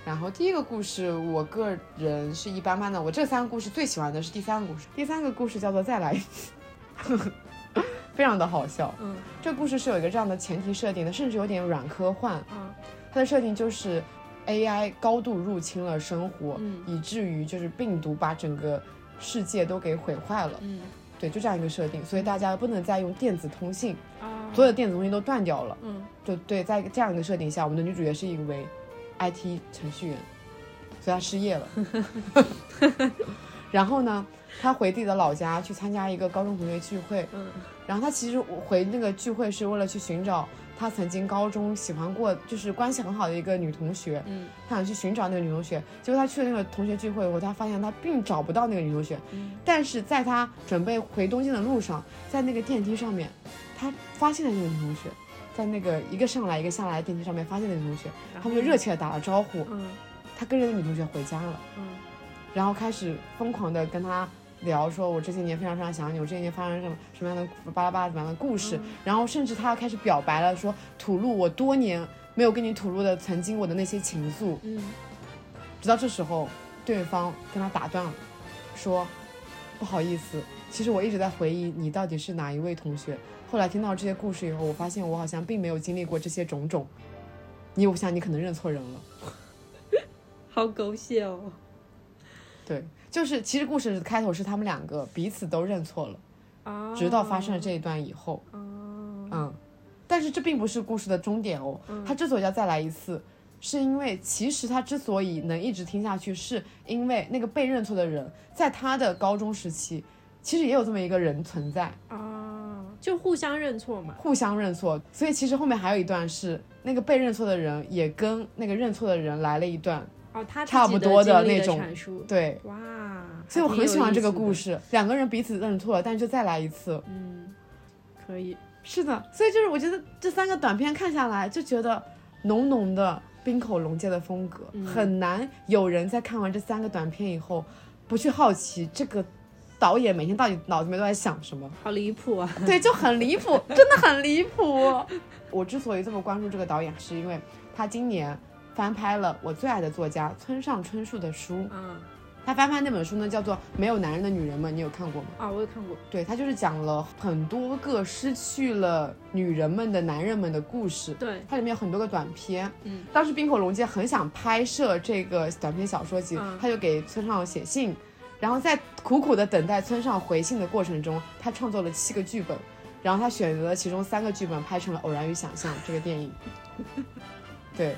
然后第一个故事，我个人是一般般的。我这三个故事最喜欢的是第三个故事，第三个故事叫做《再来一 次》，非常的好笑。
嗯
这故事是有一个这样的前提设定的，甚至有点软科幻。
嗯
它的设定就是 AI 高度入侵了生活，
嗯
以至于就是病毒把整个世界都给毁坏了。
嗯
对，就这样一个设定，所以大家不能再用电子通信，
啊
所有的电子通信都断掉了。
嗯
就对，在这样一个设定下，我们的女主角是一位 IT 程序员，所以她失业了。 然后呢，她回自己的老家去参加一个高中同学聚会，
嗯
然后她其实回那个聚会是为了去寻找她曾经高中喜欢过，就是关系很好的一个女同学，
嗯
她想去寻找那个女同学。结果她去了那个同学聚会以后，她发现她并找不到那个女同学，
嗯
但是在她准备回东京的路上，在那个电梯上面，她发现了那个女同学，在那个一个上来一个下来的电梯上面发现那个女同学，他们就热情的打了招呼，
嗯
她跟着那个女同学回家了。
嗯
然后开始疯狂的跟他聊，说我这些年非常非常想你，我这些年发生什么什么样的巴拉巴拉什么样的故事，然后甚至他要开始表白了，说吐露我多年没有跟你吐露的曾经我的那些情愫，
嗯
直到这时候，对方跟他打断了，说不好意思，其实我一直在回忆你到底是哪一位同学。后来听到这些故事以后，我发现我好像并没有经历过这些种种，你我想你可能认错人了。
好狗血哦。
对，就是其实故事的开头是他们两个彼此都认错了。
啊
直到发生了这一段以后，
啊
嗯，但是这并不是故事的终点哦。他之所以要再来一次，是因为其实他之所以能一直听下去，是因为那个被认错的人在他的高中时期，其实也有这么一个人存在，
啊，就互相认错嘛。
互相认错。所以其实后面还有一段是那个被认错的人也跟那个认错的人来了一段，
哦，他自己
差不多
的
的
经历
那种
阐述。
对。
哇，
所以我很喜欢这个故
事。
事，两个人彼此认错了，但是就再来一次。
嗯，可以。
是的，所以就是我觉得这三个短片看下来，就觉得浓浓的冰口龙介的风格，
嗯
很难有人在看完这三个短片以后，不去好奇这个导演每天到底脑子里面都在想什么。
好离谱啊！
对，就很离谱，真的很离 谱。我之所以这么关注这个导演，是因为他今年翻拍了我最爱的作家村上春树的书。
啊
他翻拍那本书呢，叫做《没有男人的女人们》，你有看过吗？
啊，我有看过。
对他就是讲了很多个失去了女人们的男人们的故事。
对，
它里面有很多个短片，
嗯，
当时冰口龙介很想拍摄这个短篇小说集，
嗯
他就给村上写信，然后在苦苦的等待村上回信的过程中，他创作了七个剧本，然后他选择了其中三个剧本拍成了《偶然与想象》这个电 影，对，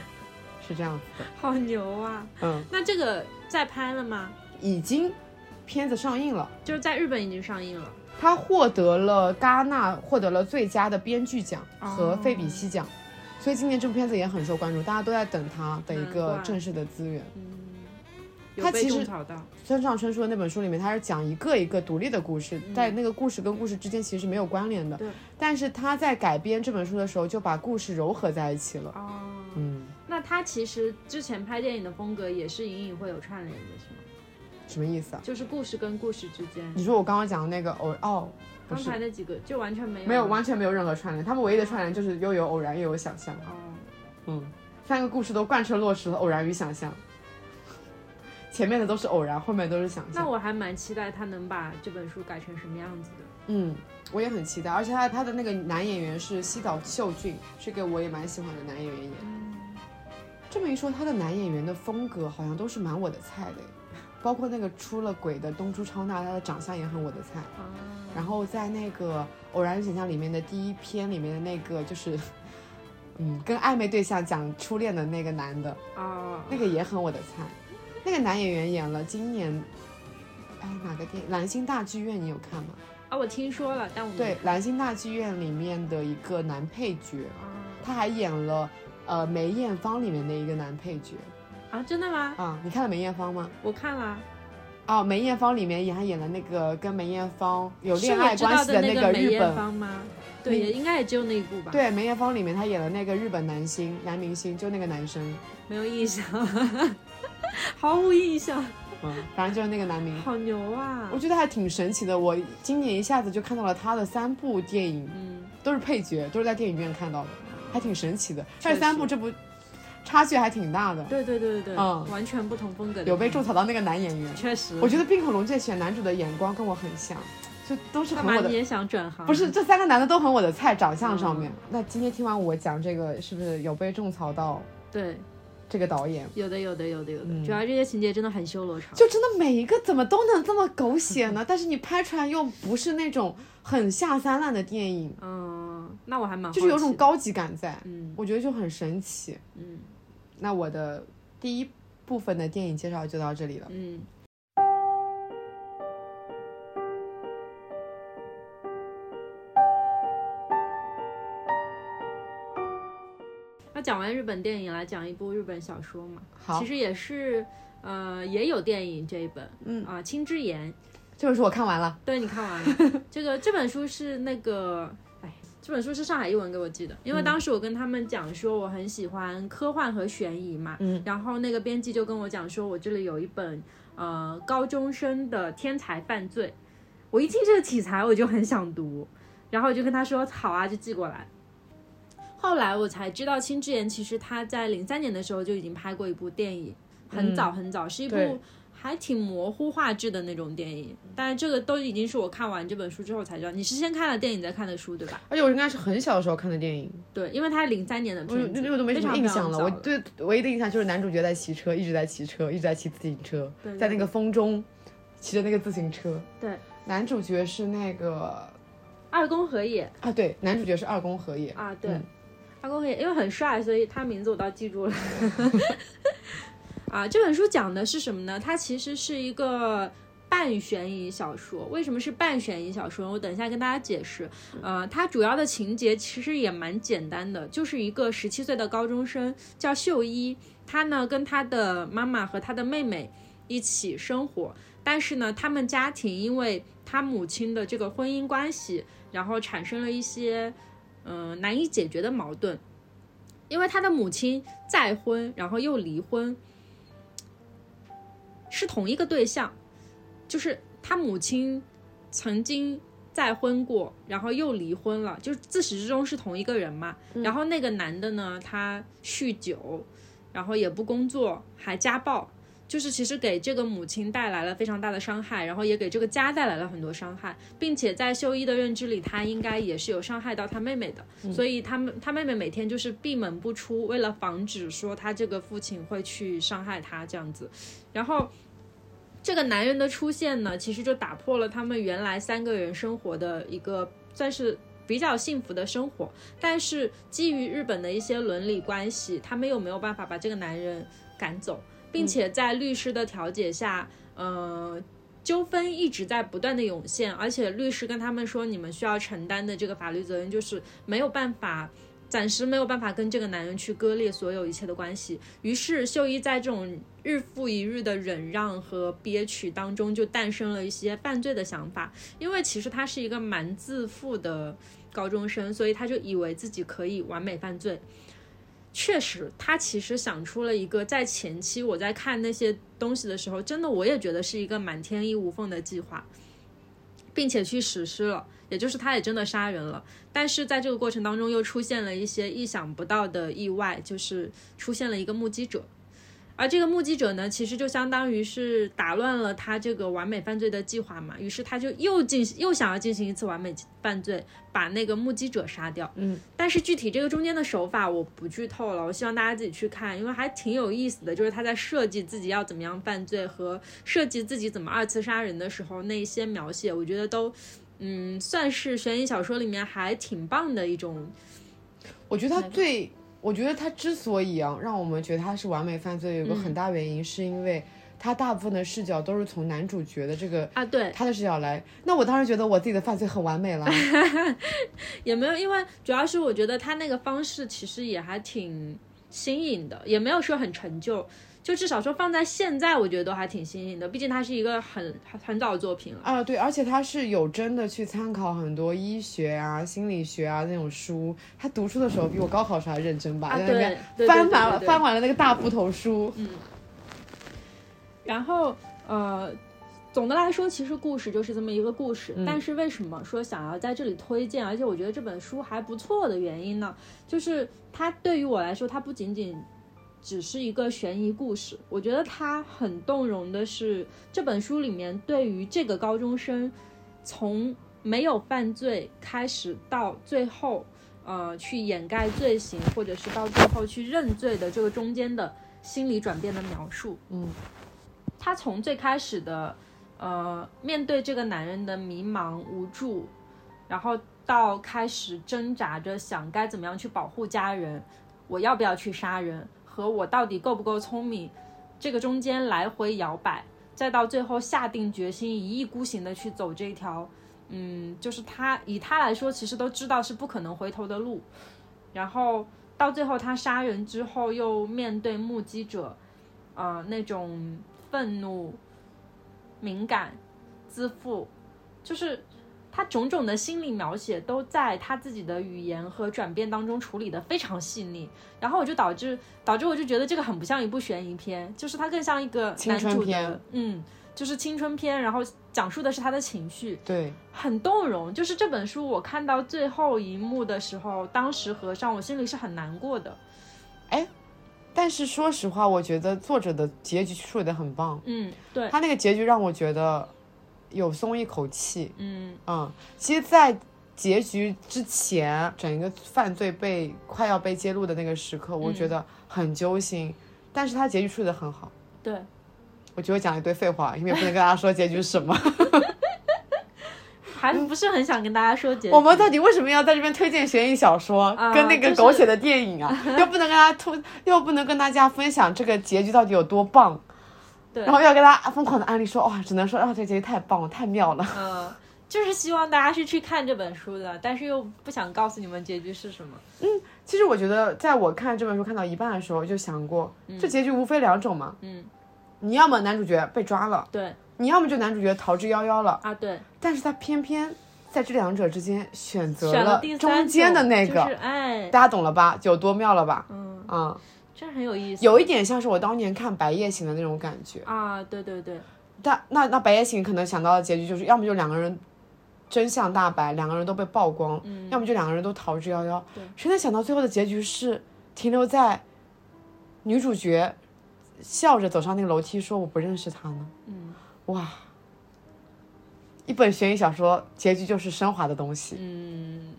是这样子的，
好牛啊！
嗯，
那这个再拍了吗？
已经片子上映了，
就是在日本已经上映了。
他获得了戛纳获得了最佳的编剧奖
哦
和费比西奖，所以今年这部片子也很受关注，大家都在等他的一
难
个
怪
正式的资源。
嗯，有
它
被
其实
种草到。
村上春树的那本书里面，他是讲一个一个独立的故事，在那个故事跟故事之间其实是没有关联的
嗯对。
但是他在改编这本书的时候，就把故事糅合在一起了。
哦，
嗯，
那他其实之前拍电影的风格也是隐隐会有串联的，是吗？
什么意思啊？
就是故事跟故事之间，
你说我刚刚讲的那个偶哦，不
刚
是
才那几个就完全没有
没有
完
完全没有任何串联，他们唯一的串联就是又有偶然又有想象。
哦，
嗯，三个故事都贯彻落实了偶然与想象，前面的都是偶然，后面都是想
那
象。
我还蛮期待他能把这本书改成什么样子的。
嗯，我也很期待，而且他他的那个男演员是西岛秀俊，是个我也蛮喜欢的男演员演。
嗯
这么一说，他的男演员的风格好像都是蛮我的菜的，包括那个出了轨的东出昌大，他的长相也很我的菜。
啊，
然后在那个《偶然与想象》里面的第一篇里面的那个就是，嗯，跟暧昧对象讲初恋的那个男的，
哦，
那个也很我的菜。那个男演员演了今年，哎哪个电影？蓝星大剧院你有看吗？
啊，我听说了，但我没
对，蓝星大剧院里面的一个男配角，
啊
他还演了呃《梅艳芳》里面的一个男配角
啊，真的吗？
啊。你看了《梅艳芳》吗？
我看了，
哦，《梅艳芳》里面也还演了那个跟梅艳芳有
是
恋
我
爱
知道
关系
的
那
个
个
梅
日
艳
本。
芳吗？对，
那
也应该也只有那一部吧。，
对，《梅艳芳》里面他演了那个日本男星，男明星就那个男生，
没有印象， 毫无印象，
嗯，反正就是那个男明
好牛啊
我！觉得还挺神奇的。我今年一下子就看到了他的三部电影，
嗯，
都是配角，都是在电影院看到的，还挺神奇的。
确实
这三部这部差距还挺大的，
对对对对对，
嗯
完全不同风格的。
有被种草到那个男演员。
确实，
我觉
得
得冰口龙介选男主的眼光跟我很像，就都是
干
很
嘛
我
你
的。
也想转行？
不是，这三个男的都很我的菜，长相上面。那今天听完我讲这个，是不是有被种草到
对，
这个导演？
有的有的有的有的，
嗯
主要这些情节真的很修罗场。
就真的每一个怎么都能这么狗血呢？但是你拍出来又不是那种很下三滥的电影，
嗯，那我还蛮
就是有
好奇
种
的，
高级感在，
嗯
我觉得就很神奇。
嗯
那我的第一部分的电影介绍就到这里了。
嗯。那讲完日本电影，来讲一部日本小说嘛。
好
其，实也是，呃，也有电影这一本，
嗯
啊，青之言》。
这本书我看完了，
对，你看完了。这个这本书是那个，哎，这本书是上海译文给我寄的，因
嗯
为当时我跟他们讲说我很喜欢科幻和悬疑嘛，
嗯
然后那个编辑就跟我讲说，我这里有一本呃高中生的天才犯罪，我一听这个题材我就很想读，然后我就跟他说好啊，就寄过来。后来我才知道，青之言其实他在零三年的时候就已经拍过一部电影，很早很早，是一部
嗯对
还挺模糊画质的那种电影。但是这个都已经是我看完这本书之后才知道，你是先看了电影再看的书，对吧？
而且我应该是很小的时候看的电影，
对，因为它是零三年的
我
片
那
子，
那我都没
非
什么
常
印象
了。
了。我对唯一的印象就是男主角在骑车，一直在骑车，一直在骑自行车，
对对
在那个风中骑着那个自行车。
对
男主角是那个
二宫和也
啊，对，男主角是二宫和也。
啊，对，
嗯
二宫和也因为很帅，所以他名字我倒记住了。 啊，这本书讲的是什么呢？它其实是一个半悬疑小说。为什么是半悬疑小说？我等一下跟大家解释。呃，它主要的情节其实也蛮简单的，就是一个十七岁的高中生叫秀一，他呢跟他的妈妈和他的妹妹一起生活，但是呢，他们家庭因为他母亲的这个婚姻关系，然后产生了一些嗯、呃难以解决的矛盾。因为他的母亲再婚，然后又离婚，是同一个对象，就是他母亲曾经再婚过，然后又离婚了，就是自始至终是同一个人嘛。然后那个男的呢，他酗酒，然后也不工作，还家暴，就是其实给这个母亲带来了非常大的伤害，然后也给这个家带来了很多伤害，并且在秀一的认知里，他应该也是有伤害到他妹妹的，所以他们他妹妹每天就是闭门不出，为了防止说他这个父亲会去伤害他这样子，然后。这个男人的出现呢，其实就打破了他们原来三个人生活的一个算是比较幸福的生活，但是基于日本的一些伦理关系，他们又没有办法把这个男人赶走，并且在律师的调解下，呃，纠纷一直在不断的涌现，而且律师跟他们说，你们需要承担的这个法律责任就是没有办法。暂时没有办法跟这个男人去割裂所有一切的关系，于是秀一在这种日复一日的忍让和憋屈当中，就诞生了一些犯罪的想法。因为其实他是一个蛮自负的高中生，所以他就以为自己可以完美犯罪。确实，他其实想出了一个在前期我在看那些东西的时候，真的我也觉得是一个满天衣无缝的计划，并且去实施了，也就是他也真的杀人了。但是在这个过程当中，又出现了一些意想不到的意外，就是出现了一个目击者。而这个目击者呢，其实就相当于是打乱了他这个完美犯罪的计划嘛，于是他就又进又想要进行一次完美犯罪，把那个目击者杀掉。
嗯，
但是具体这个中间的手法我不剧透了，我希望大家自己去看，因为还挺有意思的，就是他在设计自己要怎么样犯罪和设计自己怎么二次杀人的时候那一些描写，我觉得都。嗯，算是悬疑小说里面还挺棒的一种，
我觉得他
那个
最，我觉得他之所以啊，让我们觉得他是完美犯罪，有一个
嗯
很大原因，是因为他大部分的视角都是从男主角的这个
啊，对，
他的视角来。那我当时觉得我自己的犯罪很完 美了，
也没有，因为主要是我觉得他那个方式其实也还挺新颖的，也没有说很陈旧，就至少说放在现在，我觉得都还挺新颖的。毕竟它是一个很很很早的作品了。
啊，对，而且他是有真的去参考很多医学啊、心理学啊那种书。他读书的时候比我高考时候还认真吧，
啊
在那边
对对对
翻
对
完了
对对嗯
翻完了那个大部头书。
然后呃，总的来说，其实故事就是这么一个故事。但是为什么说想要在这里推荐，而且我觉得这本书还不错的原因呢？就是它对于我来说，它不仅仅只是一个悬疑故事。我觉得它很动容的是，这本书里面对于这个高中生从没有犯罪开始到最后，呃，去掩盖罪行，或者是到最后去认罪的这个中间的心理转变的描述。
嗯，
他从最开始的呃面对这个男人的迷茫无助，然后到开始挣扎着想该怎么样去保护家人，我要不要去杀人，和我到底够不够聪明，这个中间来回摇摆，再到最后下定决心一意孤行的去走这条，嗯，就是他以他来说，其实都知道是不可能回头的路，然后到最后他杀人之后，又面对目击者，呃，那种愤怒、敏感、自负，就是他种种的心理描写都在他自己的语言和转变当中处理的非常细腻，然后我就导致导致我就觉得这个很不像一部悬疑片，就是它更像一个
青
男
春
主
片
的，嗯，就是青春片，然后讲述的是他的情绪，
对，
很动容。就是这本书我看到最后一幕的时候，当时合上我心里是很难过的，
但是说实话，我觉得作者的结局处理的很棒，
嗯，对，
他那个结局让我觉得有松一口气。
嗯
嗯，其实，在结局之前，整个犯罪被快要被揭露的那个时刻，我
嗯
觉得很揪心，但是他结局处理的很好。
对。
我觉得我讲了一堆废话，因为也不能跟大家说结局是什 么。
还不是很想跟大家说结局。
我们到底为什么要在这边推荐悬疑小说、
啊
跟那个
就是
狗血的电影啊？ 又不能跟大家推，又不能跟大家分享这个结局到底有多棒，
对，
然后要跟大家疯狂的安利说，哇，只能说啊，这个结局太棒了，太妙 了。
嗯，就是希望大家是去看这本书的，但是又不想告诉你们结局是什么。
其实我觉得，在我看这本书看到一半的时候，就想过，这结局无非两种嘛，
嗯，
你要么男主角被抓了，
对
你要么就男主角逃之夭夭了，
啊，对，
但是他偏偏在这两者之间选择
选
了
第三
中间的
种
那个，
就是哎，
大家懂了吧？有多妙了吧？
嗯，
嗯，
这很有意思。
有一点像是我当年看《白夜行》的那种感觉。
啊，对对对，
但那那《白夜行》可能想到的结局就是，要么就两个人真相大白，两个人都被曝光，
嗯
要么就两个人都逃之夭夭
对。
谁能想到最后的结局是停留在女主角笑着走上那个楼梯，说我不认识他呢？
嗯
哇！一本悬疑小说结局就是升华的东西，
嗯，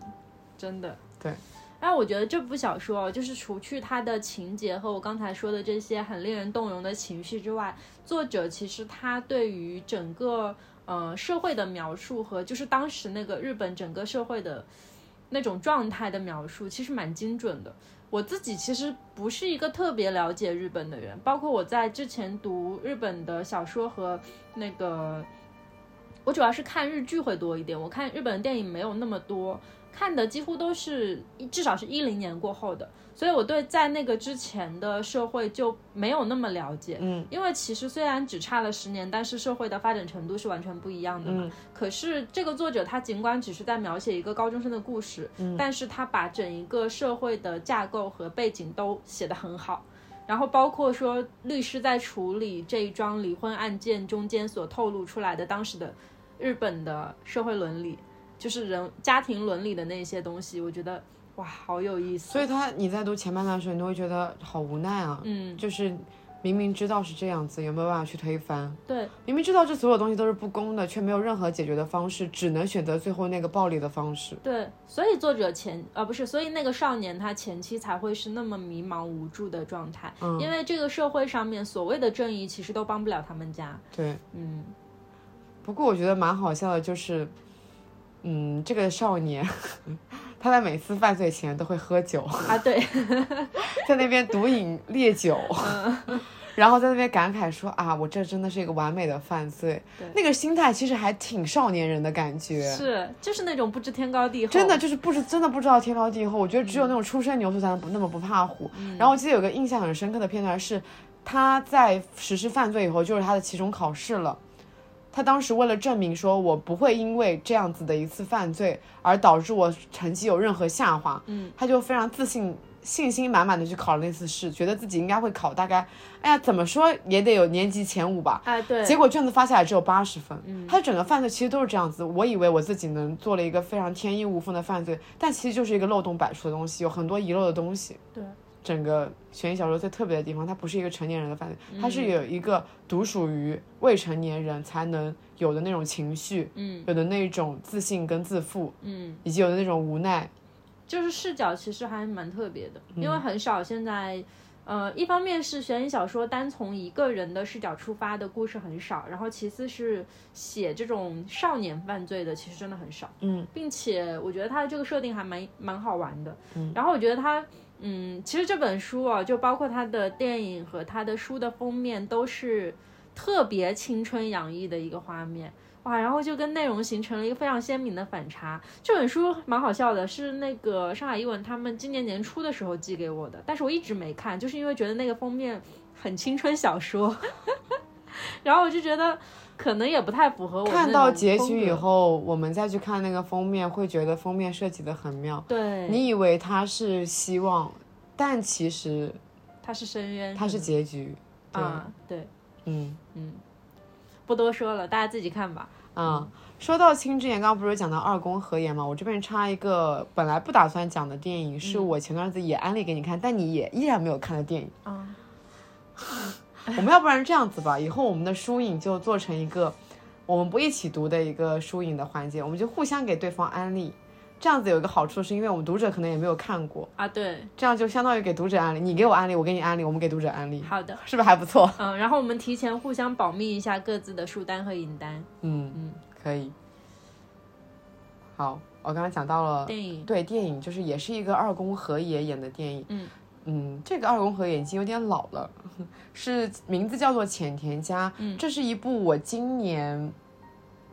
真的。
对。
哎，我觉得这部小说哦，就是除去它的情节和我刚才说的这些很令人动容的情绪之外，作者其实他对于整个呃社会的描述和就是当时那个日本整个社会的呃那种状态的描述，其实蛮精准的。我自己其实不是一个特别了解日本的人，包括我在之前读日本的小说和那个，我主要是看日剧会多一点，我看日本的电影没有那么多，看的几乎都是至少是一零年过后的，所以我对在那个之前的社会就没有那么了解。
嗯，
因为其实虽然只差了十年，但是社会的发展程度是完全不一样的嘛。
嗯
可是这个作者他尽管只是在描写一个高中生的故事，
嗯
但是他把整一个社会的架构和背景都写得很好。然后包括说律师在处理这一桩离婚案件中间所透露出来的当时的日本的社会伦理，就是人家庭伦理的那些东西，我觉得哇，好有意思。
所以他你在读前半段的时候，你都会觉得好无奈啊，
嗯，
就是明明知道是这样子，有没有办法去推翻？
对，
明明知道这所有东西都是不公的，却没有任何解决的方式，只能选择最后那个暴力的方式。
对，所以作者前呃不是，所以那个少年他前期才会是那么迷茫无助的状态，
嗯
因为这个社会上面所谓的正义其实都帮不了他们家。
对，
嗯，
不过我觉得蛮好笑的，就是，嗯，这个少年 他在每次犯罪前都会喝酒，
啊对，
在那边毒饮烈酒， 然后在那边感慨说啊，我这真的是一个完美的犯罪
对。
那个心态其实还挺少年人的感觉。
是就是那种不知天高地厚，
真的就是不知真的不知道天高地厚，我觉得只有那种初生牛犊才能不那么不怕虎。然后我记得有个印象很深刻的片段是，他在实施犯罪以后，就是他的期中考试了。他当时为了证明说我不会因为这样子的一次犯罪而导致我成绩有任何下滑，
嗯，
他就非常自信、信心满满的去考了那次试，觉得自己应该会考大概，哎呀，怎么说也得有年级前五吧，
啊对，嗯
结果卷子发下来只有八十分，他整个犯罪其实都是这样子。我以为我自己能做了一个非常天衣无缝的犯罪，但其实就是一个漏洞百出的东西，有很多遗漏的东西。
对，
整个悬疑小说最特别的地方，它不是一个成年人的犯罪，
嗯
它是有一个独属于未成年人才能有的那种情绪，
嗯
有的那种自信跟自负，
嗯，
以及有的那种无奈。
就是视角其实还蛮特别的，
嗯
因为很少现在。呃，一方面是悬疑小说单从一个人的视角出发的故事很少，然后其次是写这种少年犯罪的其实真的很少。
嗯，
并且我觉得它的这个设定还蛮蛮好玩的。然后我觉得它，嗯，其实这本书啊，就包括它的电影和它的书的封面都是特别青春洋溢的一个画面。哇，然后就跟内容形成了一个非常鲜明的反差。这本书蛮好笑的，是那个上海译文他们今年年初的时候寄给我的，但是我一直没看，就是因为觉得那个封面很青春小说， 然后我就觉得可能也不太符合我
看
那
到
种
结
风
局以
格，
后，我们再去看那个封面，会觉得封面设计的很妙。
对，
你以为它是希望，但其实
它是深渊，
它是结局。对，
嗯啊，对，
嗯。
不多说了，大家自己看吧。
啊、说到《青之眼》，刚刚不是讲到二宫和也嘛？我这边插一个本来不打算讲的电影，是
嗯
我前段日子也安利给你看，但你也依然没有看的电影。
啊，
我们要不然这样子吧，以后我们的书影就做成一个，我们不一起读的一个书影的环节，我们就互相给对方安利。这样子有一个好处，是因为我们读者可能也没有看过，
啊，对，
这样就相当于给读者安利，你给我安利，我给你安利，我们给读者安利，
好的，
是不是还不错？
嗯，然后我们提前互相保密一下各自的书单和影单。
嗯嗯，可以。好，我刚刚讲到了
电影
对电影就是也是一个二宫和也演的电影。
嗯
嗯这个二宫和也已经有点老了， 是名字叫做《浅田家》。
嗯
这是一部我今年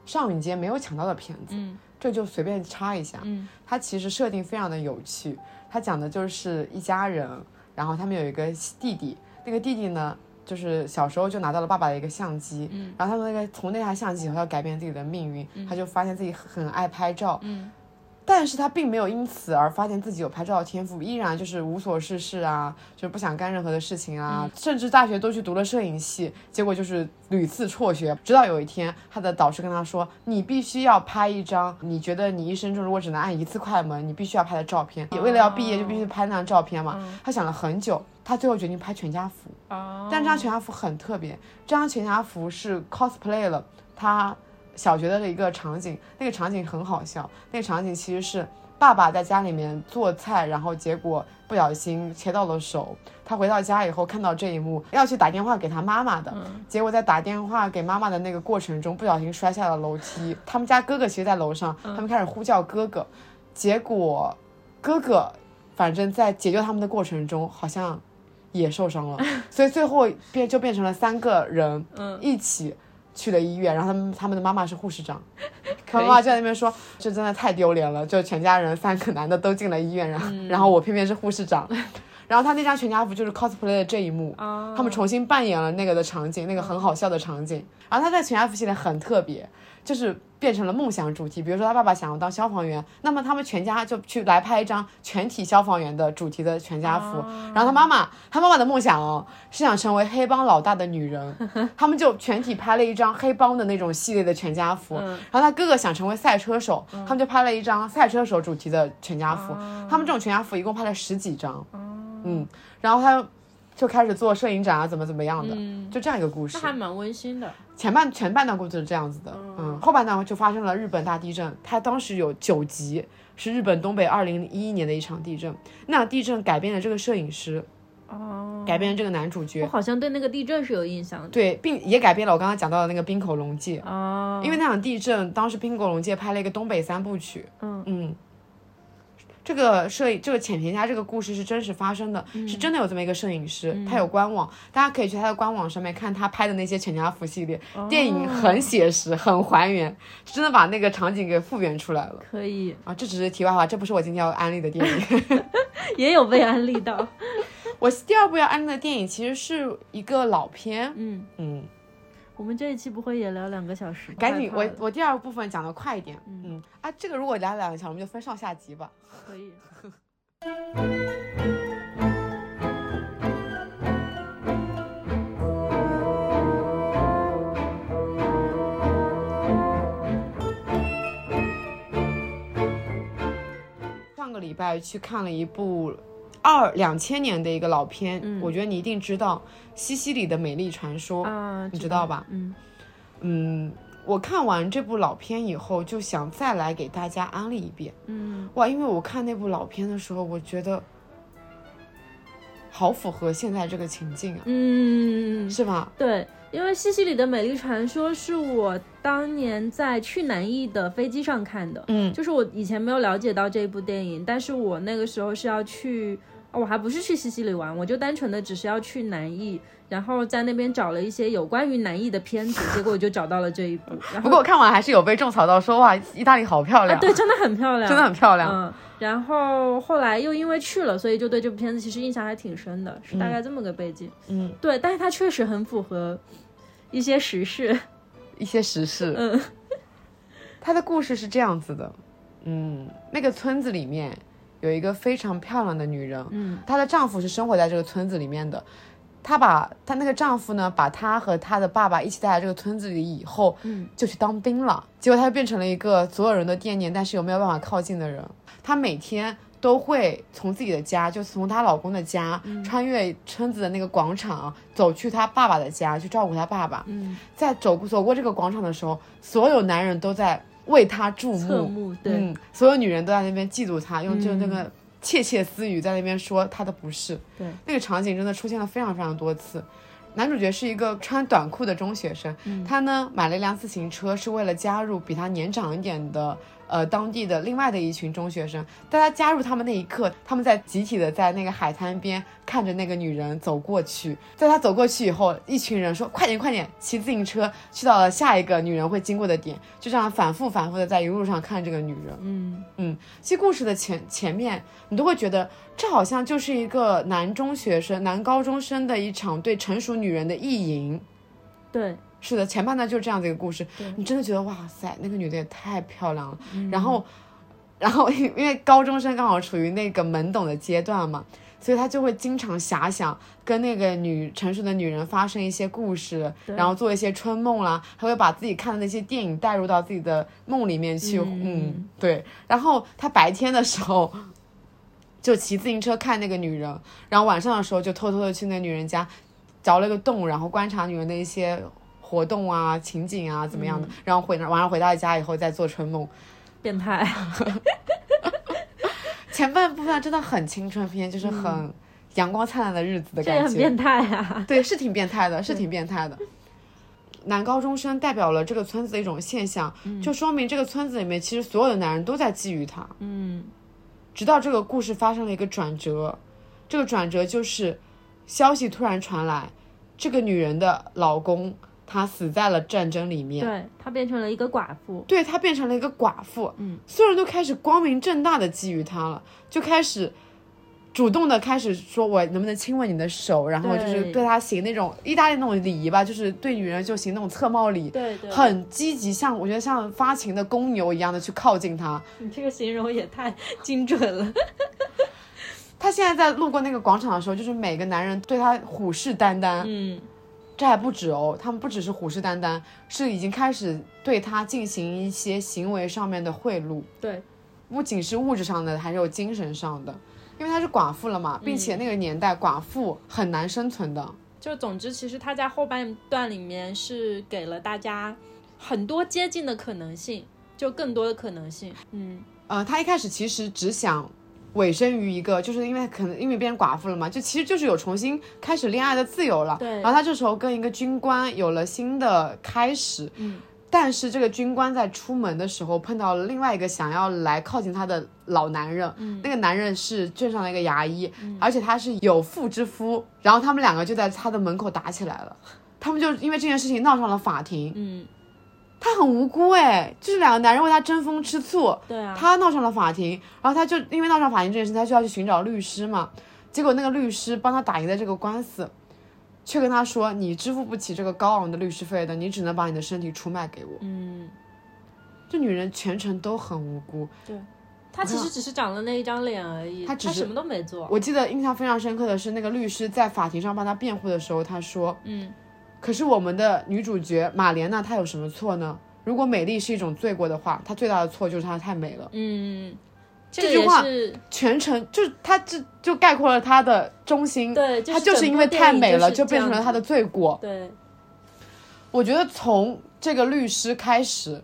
上影节没有抢到的片子，
嗯
这就随便插一下。
嗯
它其实设定非常的有趣，它讲的就是一家人，然后他们有一个弟弟，那个弟弟呢，就是小时候就拿到了爸爸的一个相机，
嗯
然后他们那个从那台相机以后要改变自己的命运，他就发现自己很爱拍照，
嗯
但是他并没有因此而发现自己有拍照的天赋，依然就是无所事事啊，就是不想干任何的事情啊，甚至大学都去读了摄影系，结果就是屡次辍学。直到有一天，他的导师跟他说：“你必须要拍一张你觉得你一生中如果只能按一次快门，你必须要拍的照片。也为了要毕业，就必须拍那张照片嘛。他想了很久，他最后决定拍全家福。
哦，
但这张全家福很特别，这张全家福是 cosplay 了他小学的一个场景，那个场景很好笑，那个场景其实是爸爸在家里面做菜，然后结果不小心切到了手，他回到家以后看到这一幕，要去打电话给他妈妈的，结果在打电话给妈妈的那个过程中不小心摔下了楼梯，他们家哥哥其实在楼上，他们开始呼叫哥哥，结果哥哥反正在解救他们的过程中好像。也受伤了，所以最后变就变成了三个人
嗯
一起去了医院，然后他们他们的妈妈是护士 长，他
以
妈妈就在那边说这真的太丢脸了，就全家人三个男的都进了医院，然后、
嗯
然后我偏偏是护士长， 然后他那张全家福就是 cosplay 的这一幕，
哦
他们重新扮演了那个的场景，那个很好笑的场景，然后他在全家福系列很特别。就是变成了梦想主题，比如说他爸爸想要当消防员，那么他们全家就去来拍一张全体消防员的主题的全家福。
啊
然后他妈妈，他妈妈的梦想哦是想成为黑帮老大的女人， 他们就全体拍了一张黑帮的那种系列的全家福。
嗯
然后他哥哥想成为赛车手，他们就拍了一张赛车手主题的全家福。
啊
他们这种全家福一共拍了十几张，嗯，然后他就开始做摄影展啊，怎么怎么样的，就这样一个故事
嗯那。还蛮温馨的。
前半前半段故事是这样子的，嗯，后半段就发生了日本大地震，它当时有九级，是日本东北二零一一年的一场地震。那场地震改变了这个摄影师，
哦，
改变了这个男主
我
角，
好像对那个地震是有印象的。
对，并也改变了我刚刚讲到的那个滨口龙介，
哦，
因为那场地震，当时滨口龙介拍了一个东北三部曲，
嗯
这个摄影，这个浅田家这个故事是真实发生的，是真的有这么一个摄影师，他有官网，大家可以去他的官网上面看他拍的那些全家福系列、电影，很写实，很还原，真的把那个场景给复原出来了
可以，
啊！这只是题外话，这不是我今天要安利的电影。
也有被安利到。
我第二部要安利的电影其实是一个老片，
嗯，
嗯，
我们这一期不会也聊两个小时吧？
赶紧，
害怕
我
了
我第二部分讲的快一点，嗯啊，这个如果聊两个小时，我们就分上下集吧。
可以。
上个礼拜去看了一部二两千年的一个老片，我觉得你一定知道《西西里的美丽传说》，
嗯啊，
你知道吧？
嗯
嗯，我看完这部老片以后，就想再来给大家安利一遍。
嗯
哇，因为我看那部老片的时候，我觉得好符合现在这个情境啊，
嗯，
是吧？
对，因为《西西里的美丽传说》是我当年在去南艺的飞机上看的，
嗯
就是我以前没有了解到这部电影，但是我那个时候是要去，哦我还不是去西西里玩，我就单纯的只是要去南艺，然后在那边找了一些有关于南艺的片子，结果我就找到了这 一部，然
不
后
过我看完还是有被种草到说，哇，意大利好漂亮，
啊，对，真的很漂亮，
真的很漂亮。
嗯，然后后来又因为去了，所以就对这部片子其实印象还挺深的，是大概这么个背景。
嗯，
对，但是它确实很符合一些时事。
一些时事。
嗯，
他的故事是这样子的，嗯，那个村子里面有一个非常漂亮的女人，
嗯，
她的丈夫是生活在这个村子里面的。她把她那个丈夫呢，把她和她的爸爸一起带来这个村子里以后，
嗯，
就去当兵了。结果她就变成了一个所有人都惦念，但是又没有办法靠近的人。她每天都会从自己的家，就是从她老公的家，
嗯
穿越村子的那个广场，走去她爸爸的家去照顾她爸爸。
嗯，
在走走过这个广场的时候，所有男人都在为他注
侧
目，
目对，嗯
嗯，所有女人都在那边嫉妒他，用就是那个窃窃私语在那边说他的不是。
对，
那个场景真的出现了非常非常多次。男主角是一个穿短裤的中学生，他呢买了一辆自行车，是为了加入比他年长一点的呃当地的另外的一群中学生。当他加入他们那一刻，他们在集体的在那个海滩边看着那个女人走过去。在他走过去以后，一群人说：“快点，快点，骑自行车去到了下一个女人会经过的点。”就这样反复反复的在一路上看这个女人。
嗯
其实故事的前前面，你都会觉得这好像就是一个男中学生、男高中生的一场对成熟女人的意淫。
对，
是的，前半段就是这样的一个故事
对，嗯
你真的觉得哇塞，那个女的也太漂亮了。 然后，然后因因为高中生刚好处于那个懵懂的阶段嘛，所以他就会经常遐想跟那个女成熟的女人发生一些故事，
对
然后做一些春梦啦，还会把自己看的那些电影带入到自己的梦里面去。
嗯
嗯，对。然后他白天的时候。就骑自行车看那个女人，然后晚上的时候就偷偷的去那女人家凿了个洞，然后观察女人的一些活动啊、情景啊怎么
嗯
样的，然后回晚上回到家以后再做春梦。
变态。
前半部分真的很青春片，就是很阳光灿烂的日子的
嗯这也
感
很
觉。
变态啊！
对，是挺变态的，是挺变态的。男高中生代表了这个村子的一种现象，就说明这个村子里面其实所有的男人都在觊觎他。
嗯
直到这个故事发生了一个转折，这个转折就是消息突然传来，这个女人的老公他死在了战争里面，
对她变成了一个寡妇。
对她变成了一个寡妇，
嗯，
所有人都开始光明正大的觊觎她了，就开始。主动的开始说，我能不能亲吻你的手？然后就是
对
对她行那种意大利那种礼仪吧，就是对女人就行那种侧帽礼，
对对
很积极，像我觉得像发情的公牛一样的去靠近她。
你这个形容也太精 准了。
他现在在路过那个广场的时候，就是每个男人对他虎视眈眈。
嗯，
这还不止哦，他们不只是虎视眈眈，是已经开始对他进行一些行为上面的贿赂，
对，
不仅是物质上的，还是有精神上的。因为她是寡妇了嘛，并且那个年代寡妇很难生存的。
就总之，其实他在后半段里面是给了大家很多接近的可能性，就更多的可能性。嗯
呃，她一开始其实只想委身于一个，就是因为可能因为变成寡妇了嘛，就其实就是有重新开始恋爱的自由了。
对
然后她这时候跟一个军官有了新的开始。
嗯，
但是这个军官在出门的时候碰到了另外一个想要来靠近他的老男人，
嗯
那个男人是镇上的一个牙医，而且他是有妇之夫，然后他们两个就在他的门口打起来了，他们就因为这件事情闹上了法庭，
嗯，
他很无辜哎，就是两个男人为他争风吃醋，
对啊，
他闹上了法庭，然后他就因为闹上法庭这件事，他就要去寻找律师嘛。结果那个律师帮他打赢了这个官司，却跟他说：“你支付不起这个高昂的律师费的，你只能把你的身体出卖给我。
嗯，”
这女人全程都很无辜。
他其实只是长了那一张脸而已，
他
他
只是
什么都没做。
我记得印象非常深刻的是，那个律师在法庭上帮他辩护的时候，他说
嗯，：“
可是我们的女主角玛莲娜她有什么错呢？如果美丽是一种罪过的话，她最大的错就是她太美了。
嗯，
这
这
句
个也
话
是
全程就是他这就概括了他的中心，
对就是
他嗯就是
整
因
部
为
电
太
影
美
就
了，
是
就
这
变成
样
了他
子
的罪过。
对
我觉得从这个律师开始，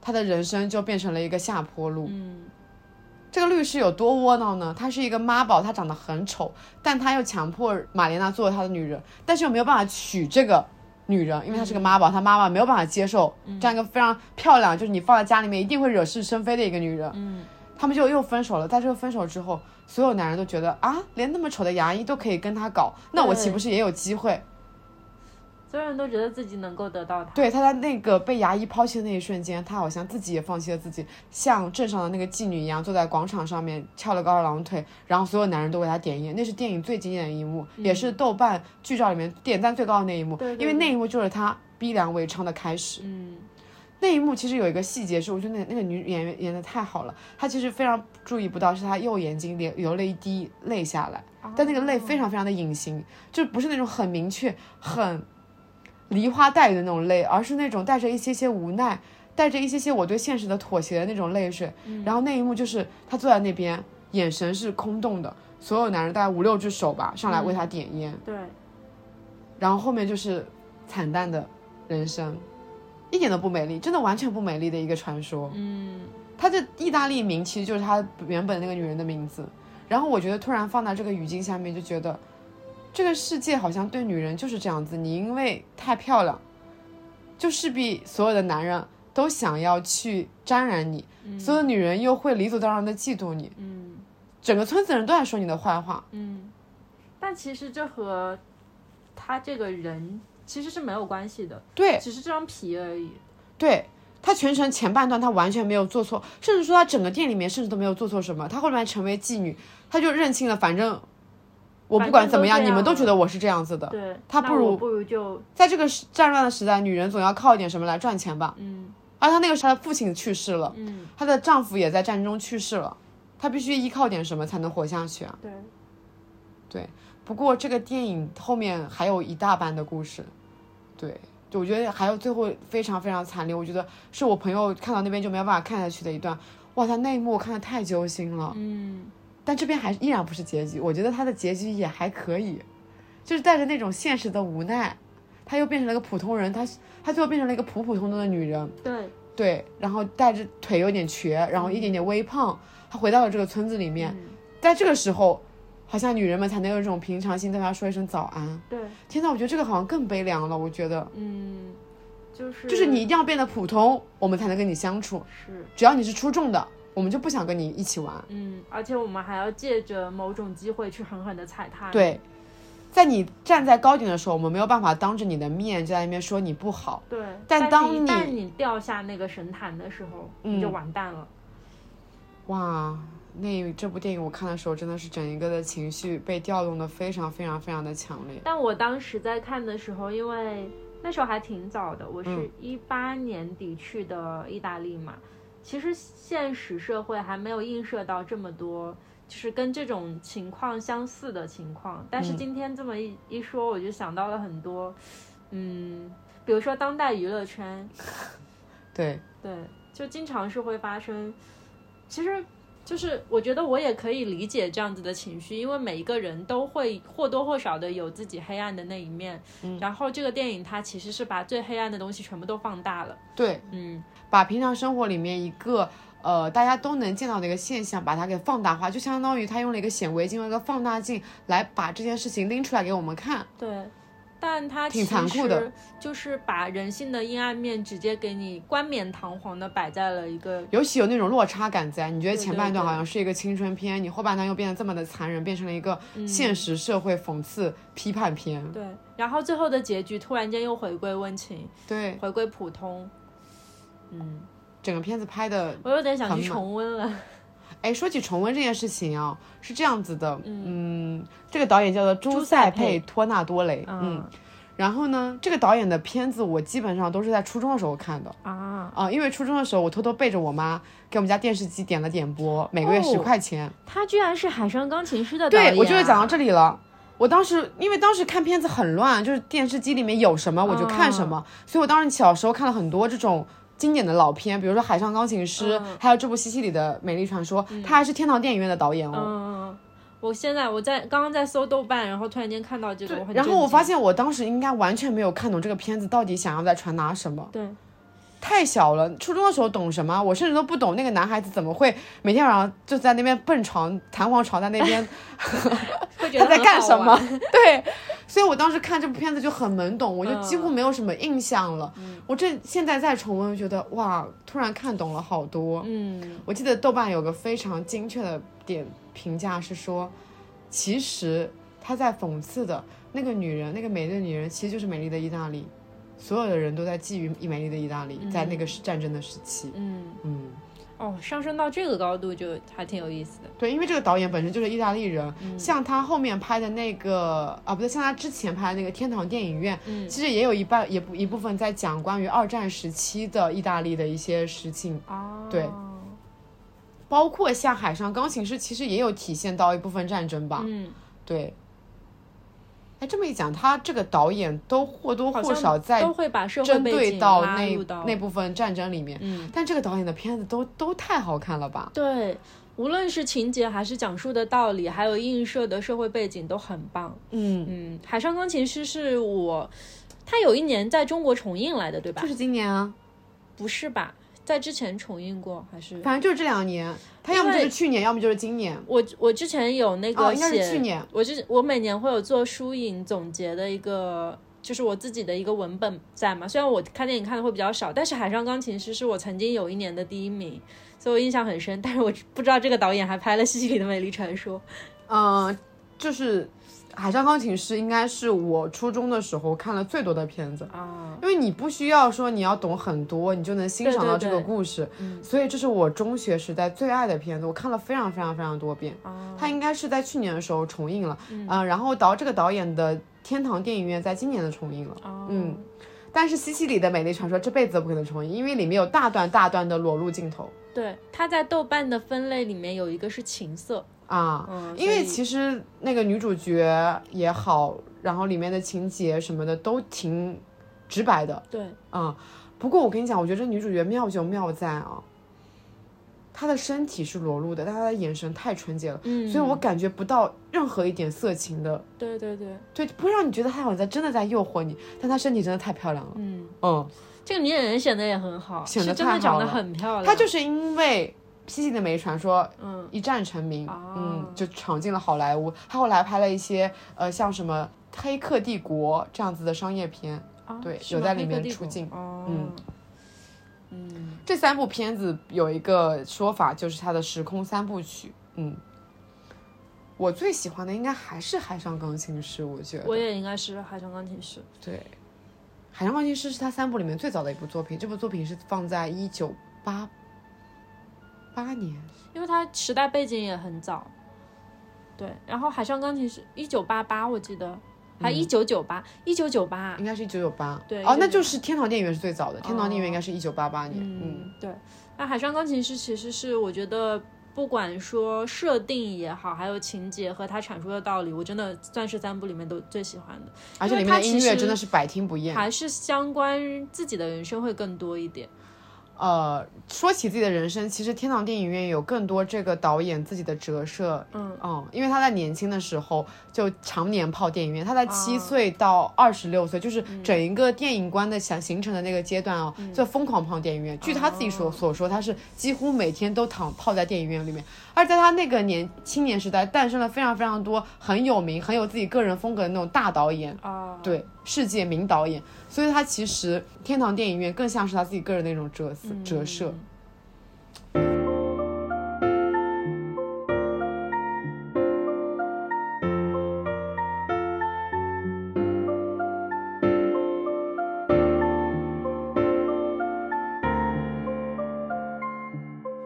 他的人生就变成了一个下坡路。嗯，这个律师有多窝囊呢？他是一个妈宝，他长得很丑，但他又强迫玛莲娜做他的女人，但是又没有办法娶这个女人，因为他是个妈宝，他妈妈没有办法接受这样一个非常漂亮，就是你放在家里面一定会惹是生非的一个女人。嗯。他们就又分手了，但是又分手之后，所有男人都觉得啊，连那么丑的牙医都可以跟他搞，那我岂
对
不是也有机会？
所有人都觉得自己能够得到他。
对，他在那个被牙医抛弃的那一瞬间，他好像自己也放弃了自己，像镇上的那个妓女一样，坐在广场上面翘了个二郎腿，然后所有男人都为他点烟，那是电影最经典的一幕，也是豆瓣剧照里面点赞最高的那一幕，
嗯对对
因为
对
那一幕就是他逼良为娼的开始。
嗯，
那一幕其实有一个细节是，我觉得那那个女演员演的太好了，她其实非常注意不到，是她右眼睛流流了一滴泪下来，但那个泪非常非常的隐形，就不是那种很明确、很梨花带雨的那种泪，而是那种带着一些些无奈，带着一些些我对现实的妥协的那种泪水。然后那一幕就是她坐在那边，眼神是空洞的，所有男人大概五六只手吧上来为她点烟，
对，
然后后面就是惨淡的人生，一点都不美丽，真的完全不美丽的一个传说。嗯，它的意大利名其实就是它原本那个女人的名字，然后我觉得突然放在这个语境下面，就觉得这个世界好像对女人就是这样子，你因为太漂亮，就势必所有的男人都想要去沾染你，所有的女人又会理所当然的嫉妒你，嗯，整个村子人都在说你的坏话，
嗯但其实这和他这个人其实是没有关系的，
对，
只是这张皮而已。
对他全程前半段他完全没有做错，甚至说他整个店里面甚至都没有做错什么。他后面成为妓女，他就认清了，反正我不管怎么样，
反正都这样
你们都觉得我是这样子的。
对，
他
那
不如
我不如就
在这个时战乱的时代，女人总要靠一点什么来赚钱吧。
嗯
而她那个时候，她的父亲去世了，
嗯，
她的丈夫也在战争中去世了，她必须依靠点什么才能活下去啊。
对，
不过这个电影后面还有一大半的故事，对，就我觉得还有最后非常非常惨烈，我觉得是我朋友看到那边就没有办法看下去的一段。哇，他那一幕我看的太揪心了，
嗯，
但这边还依然不是结局，我觉得他的结局也还可以，就是带着那种现实的无奈，他又变成了个普通人，他他最后变成了一个普普通通的女人，
对，嗯
对，然后带着腿有点瘸，然后一点点微胖，她回到了这个村子里面，
嗯
在这个时候，好像女人们才能有一种平常心，对她说一声早安。
对，
天呐，我觉得这个好像更悲凉了。我觉得，
嗯，就是
就是你一定要变得普通，我们才能跟你相处。
是。
只要你是出众的，我们就不想跟你一起玩。
嗯，而且我们还要借着某种机会去狠狠的踩踏。，
对，在你站在高点的时候，我们没有办法当着你的面就在那边说你不好。
对，
但
但
当
是一
你
旦你掉下那个神坛的时候，你就
嗯
完蛋了。
哇，那这部电影我看的时候，真的是整一个的情绪被调动的非常非常非常的强烈。
但我当时在看的时候，因为那时候还挺早的，我是
嗯
一八年底去的意大利嘛，其实现实社会还没有映射到这么多。就是跟这种情况相似的情况，但是
嗯
今天这么一、一说，我就想到了很多，嗯，比如说当代娱乐圈，
对，
对，就经常是会发生。其实，就是我觉得我也可以理解这样子的情绪，因为每一个人都会或多或少的有自己黑暗的那一面。
嗯
然后这个电影它其实是把最黑暗的东西全部都放大了。
对，
嗯，
把平常生活里面一个呃大家都能见到的一个现象，把它给放大化，就相当于他用了一个显微镜、用一个放大镜来把这件事情拎出来给我们看。
对。但它
挺
其
残酷的
实就是把人性的阴暗面直接给你冠冕堂皇的摆在了一个
尤其有那种落差感在，你觉得
对
前
对
半段
对
好像是一个青春片，你后半段又变得这么的残忍，变成了一个现实社会讽刺批判片。
嗯对，然后最后的结局突然间又回归温情，
对，
回归普通。嗯，
整个片子拍的，
我有点想去
很满
重温了。
哎，说起重温这件事情啊，是这样子的，嗯，这个导演叫做朱塞佩
佩
·托纳多雷，嗯，然后呢，这个导演的片子我基本上都是在初中的时候看的。
啊，
啊、因为初中的时候，我偷偷背着我妈给我们家电视机点了点播，每个月
哦
十块钱。哎
他居然是《海上钢琴师》的导演啊，
对，我就是讲到这里了。我当时因为当时看嗯片子很乱，就是电视机里面有什么我就看什么，所以我当时小时候看了很多这种经典的老片，比如说《海上钢琴师》还有这部《西西里的美丽传说》，他还是天堂电影院的导演哦。
嗯，我现在我在刚刚在搜豆瓣，然后突然间看到这个，我很
然后
震
嗯我
惊
发现我当时应该完全没有看懂这个片子到底想要在传达什么，
对，
太小了，初中的时候懂什么？我甚至都不懂那个男孩子怎么会每天晚上就在那边蹦床、弹簧床，在那 边
会觉
他
得
在
很
干
好
什么
玩？
对，所以我当时看这部片子就很懵懂，我
嗯
就几乎没有什么印象了。我这现在再重温，觉得哇，突然看懂了好多。
嗯
我记得豆瓣有个非常精确的点评价是说，其实他在讽刺的那个女人，那个美丽的女人，其实就是美丽的意大利，所有的人都在觊觎美丽的意大利，在那个时战争的时期。
嗯，
嗯，
哦，上升到这个高度就还挺有意思的。
对，因为这个导演本身就是意大利人，
嗯
像他后面拍的那个啊，不对，像他之前拍的那个《天堂电影院》，
嗯
其实也有一半也不一部分在讲关于二战时期的意大利的一些事情，
哦，
对包括像《海上钢琴师》，其实也有体现到一部分战争吧。
嗯，
对。哎，这么一讲，他这个导演都或多
好
或
像
少在
都会把社会
针
背
对
景
到
拉
那
入到
那部分战争里面。
嗯，
但这个导演的片子都都太好看了吧？
对，无论是情节还是讲述的道理，还有映射的社会背景都很棒。
嗯，
嗯，《海上钢琴师》是我，它有一年在中国重映来的，对吧
就？是今年啊，
不是吧？在之前重映过还是？
反正就是这两年，他要么就
因
是
为
去年，要么就是今年。
我我之前有那
哦
个
应
写，
该是去年
我之我每年会有做书影总结的一个，就是我自己的一个文本在嘛。虽然我看电影看的会比较少，但是《海上钢琴师》是我曾经有一年的第一名，所以我印象很深。但是我不知道这个导演还拍了《西西里的美丽 传说》。
嗯、就是《海上钢琴师》应该是我初中的时候看了最多的片子。
啊，
因为你不需要说你要懂很多，你就能欣赏到这个故事，所以这是我中学时代最爱的片子，我看了非常非常非常多遍。
啊
它应该是在去年的时候重映了，嗯、然后导这个导演的《天堂电影院》在今年的重映了，
啊哦
嗯，但是西西里的美丽传说这辈子都不可能重映，因为里面有大段大段的裸露镜头
对，他在豆瓣的分类里面有一个是情色，
啊，
嗯，
因
所
为
以
其实那个女主角也好，然后里面的情节什么的都挺直白的，
对，
啊、不过我跟你讲，我觉得这女主角妙就妙在啊，她的身体是裸露的，但她的眼神太纯洁了，
嗯，
所以我感觉不到任何一点色情的，
对对对，
对，不会让你觉得她好像在真的在诱惑你，但她身体真的太漂亮了，
嗯，
嗯，
这个女演员显得也很好，
显得
是真
太
的
好
长得
了
很漂亮，
她嗯就是因为。《西西里的美丽传说》
嗯
一战成名，
啊
嗯，就闯进了好莱坞。她后来拍了一些呃，像什么《黑客帝国》这样子的商业片，
啊
对
是
有
吗
在
黑
里
客
面
帝
出
国
镜
哦，
嗯
嗯
这三部片子有一个说法，就是它的时空三部曲。嗯，我最喜欢的应该还是《海上钢琴师》，我觉得。
我也应该是海上钢琴师。
对，《海上钢琴师》是他三部里面最早的一部作品，这部作品是放在一九八八年。
因为它时代背景也很早。对，然后海上钢琴师一九八八，我记得
嗯
还一九九八，一九九八
应。该是一九九八，
对
哦，
1998
那就是天堂电影院是最早的，天堂电影院应该是一九八八年，嗯，
哦嗯，对。那海上钢琴师其实是我觉得，不管说设定也好，还有情节和他阐述的道理，我真的算是三部里面都最喜欢的，
而且里面
它
的
其
音乐
实
真的是百听不厌。
还是相关自己的人生会更多一点。
呃，说起自己的人生，其实天堂电影院有更多这个导演自己的折射。
嗯
因为他在年轻的时候就常年泡电影院，他在七岁到二十六岁，就是整一个电影观的想形成的那个阶段哦，就疯狂泡电影院。据他自己所所说，他是几乎每天都躺泡在电影院里面。而在他那个年青年时代，诞生了非常非常多很有名、很有自己个人风格的那种大导演。
啊，
对，世界名导演，所以他其实天堂电影院更像是他自己个人的那种折
嗯
射、折射。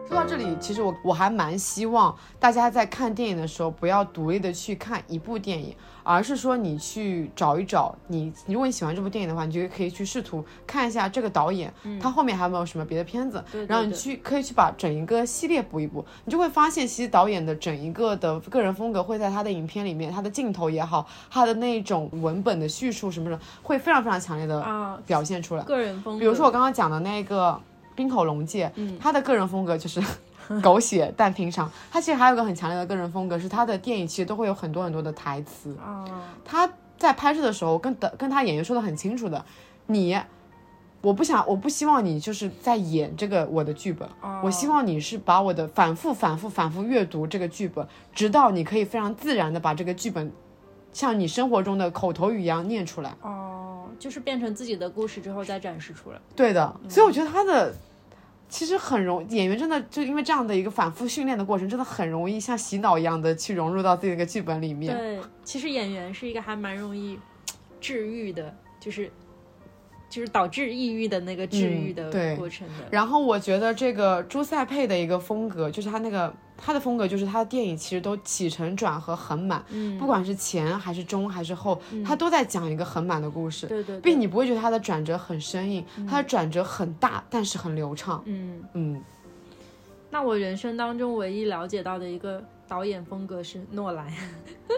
说到这里，其实我我还蛮希望大家在看电影的时候，不要独立的去看一部电影，而是说你去找一找你，如果你喜欢这部电影的话，你就可以去试图看一下这个导演、他后面还有没有什么别的片子，
嗯对对
然后你
对
去可以去把整一个系列补一补，你就会发现其实导演的整一个的个人风格会在他的影片里面，他的镜头也好，他的那种文本的叙述什么的，会非常非常强烈的
啊，
表现出来。
个人风格。
比如说我刚刚讲的那个冰口龙介，他的个人风格就是 狗血但平常。他其实还有个很强烈的个人风格，是他的电影其实都会有很多很多的台词。
啊，
他在拍摄的时候跟的跟他演员说的很清楚的，你，我不想，我不希望你就是在演这个我的剧本，我希望你是把我的反复、反复、反复阅读这个剧本，直到你可以非常自然的把这个剧本，像你生活中的口头语一样念出来。
哦，就是变成自己的故事之后再展示出来。
对的，
嗯
所以我觉得他的。其实很容，演员真的就因为这样的一个反复训练的过程，真的很容易像洗脑一样的去融入到自己的一个剧本里面。
对，其实演员是一个还蛮容易治愈的，就是就是导致抑郁的那个治愈
嗯
的
对
过程的。
然后我觉得这个朱塞佩的一个风格，就是他那个他的风格，就是他的电影其实都起承转合很满，
嗯
不管是前还是中还是后，他都在讲一个很满的故事，
对对嗯对，
并且你不会觉得他的转折很生硬，他的转折很大，但是很流畅。
嗯，
嗯，
那我人生当中唯一了解到的一个导演风格是诺兰，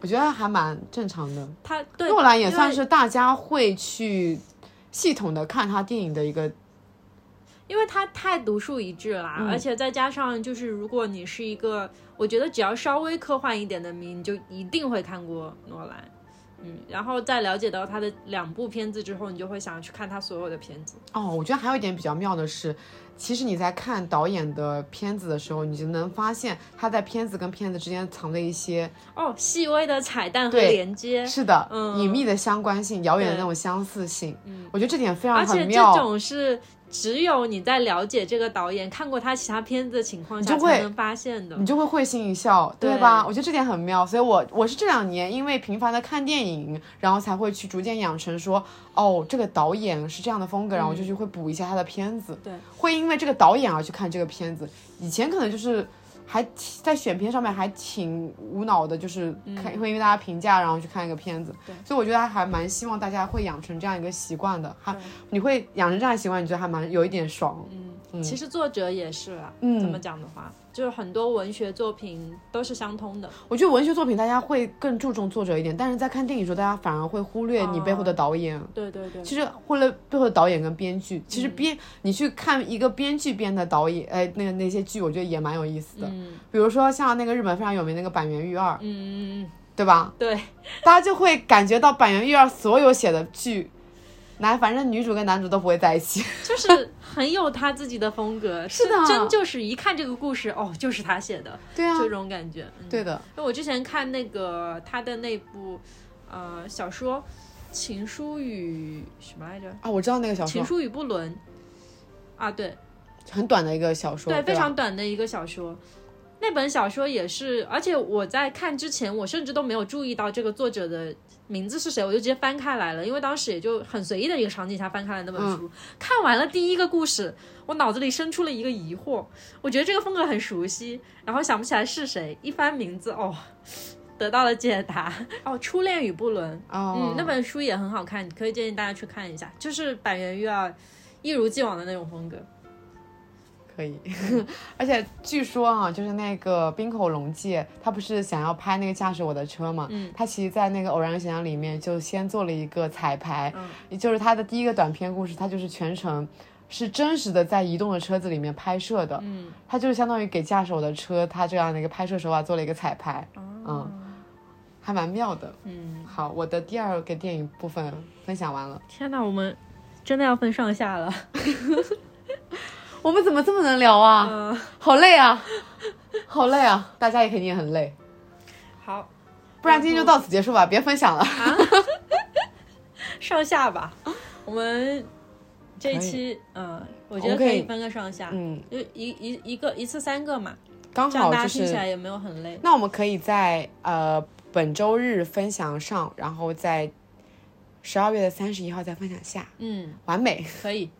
我觉得还蛮正常的。
他对
诺兰也
因为
算是大家会去系统的看他电影的一个，
因为它太独树一帜啦，
嗯
而且再加上就是，如果你是一个，我觉得只要稍微科幻一点的迷，你就一定会看过诺兰。嗯，然后在了解到他的两部片子之后，你就会想去看他所有的片子。
哦，我觉得还有一点比较妙的是，其实你在看导演的片子的时候，你就能发现他在片子跟片子之间藏的一些，
哦，细微的彩蛋和
对
连接，
是的，
嗯
隐秘的相关性、遥远的
对
那种相似性。
嗯
我觉得这点非
而
常
且
很
这
妙。
种是只有你在了解这个导演、看过他其他片子的情况下
你就会
才能发现的
你。就会会心一笑，对
对
吧？我觉得这点很妙，所以我我是这两年因为频繁的看电影，然后才会去逐渐养成说，哦，这个导演是这样的风格，然后我就去会补一下他的片子，
嗯对，
会因为这个导演而去看这个片子。以前可能就是还挺在选片上面还挺无脑的，就是看、会因为大家评价然后去看一个片子，
嗯对
所以我觉得还蛮希望大家会养成这样一个习惯的，还你会养成这样的习惯，你觉得还蛮有一点爽，
嗯，其实作者也是啦。
嗯
怎么讲的话，就是很多文学作品都是相通的。
我觉得文学作品大家会更注重作者一点，但是在看电影的时候，大家反而会忽
啊
略你背后的导演。
对对对，
其实忽略背后的导演跟编剧，其
嗯
实编、你去看一个编剧编的导演，哎，那个那些剧，我觉得也蛮有意思的。
嗯
比如说像那个日本非常有名那个板垣育二，
嗯嗯嗯，
对吧？
对。
大家就会感觉到板垣育二所有写的剧，男反正女主跟男主都不会在一起。
就是很有他自己的风格，
是的
真就是一看这个故事，哦，就是他写的，
对啊
就，这种感觉。嗯，
对的，
因为我之前看那个他的那部呃小说《情书与什么来着？
啊，我知道那个小
情
说
书与不伦》啊，对
很短的一个小说，对
对，
吧，
非常嗯短的一个小说。那本小说也是，而且我在看之前，我甚至都没有注意到这个作者的名字是谁，我就直接翻开来了，因为当时也就很随意的一个场景下翻开来那本书。看完了第一个故事，我脑子里生出了一个疑惑，我觉得这个风格很熟悉，然后想不起来是谁，一翻名字，哦， 得到了解答。哦，《初恋与不伦》
哦、
嗯，那本书也很好看，可以建议大家去看一下，就是板垣育二一如既往的那种风格。
可以， 而且据说啊，就是那个冰口龙介，他不是想要拍那个驾驶我的车嘛？
嗯
他其实，在那个偶然想象里面就先做了一个彩排，
嗯
也就是他的第一个短片故事，他就是全程是真实的在移动的车子里面拍摄的，
嗯。
他就是相当于给驾驶我的车他这样的一个拍摄手法做了一个彩排，嗯，还蛮妙的。
嗯，
好，我的第二个电影部分分享完了，
天哪，我们真的要分上 下了。
我们怎么这么能聊啊？
嗯，
好累啊，好累啊，大家也肯定也很累。
好，
不然今天就到此结束吧，别分享了。
上下吧。我们这一
可以
期，嗯，我
我
觉得
们可
可
以
以分个上下，
嗯，
就一一一个一次三个嘛，
刚
这样
好
大家
就
听起来
是，
也没有很累。
那我们可以在呃本周日分享上，然后在十二月的三十一号再分享下，
嗯，
完美。
可以。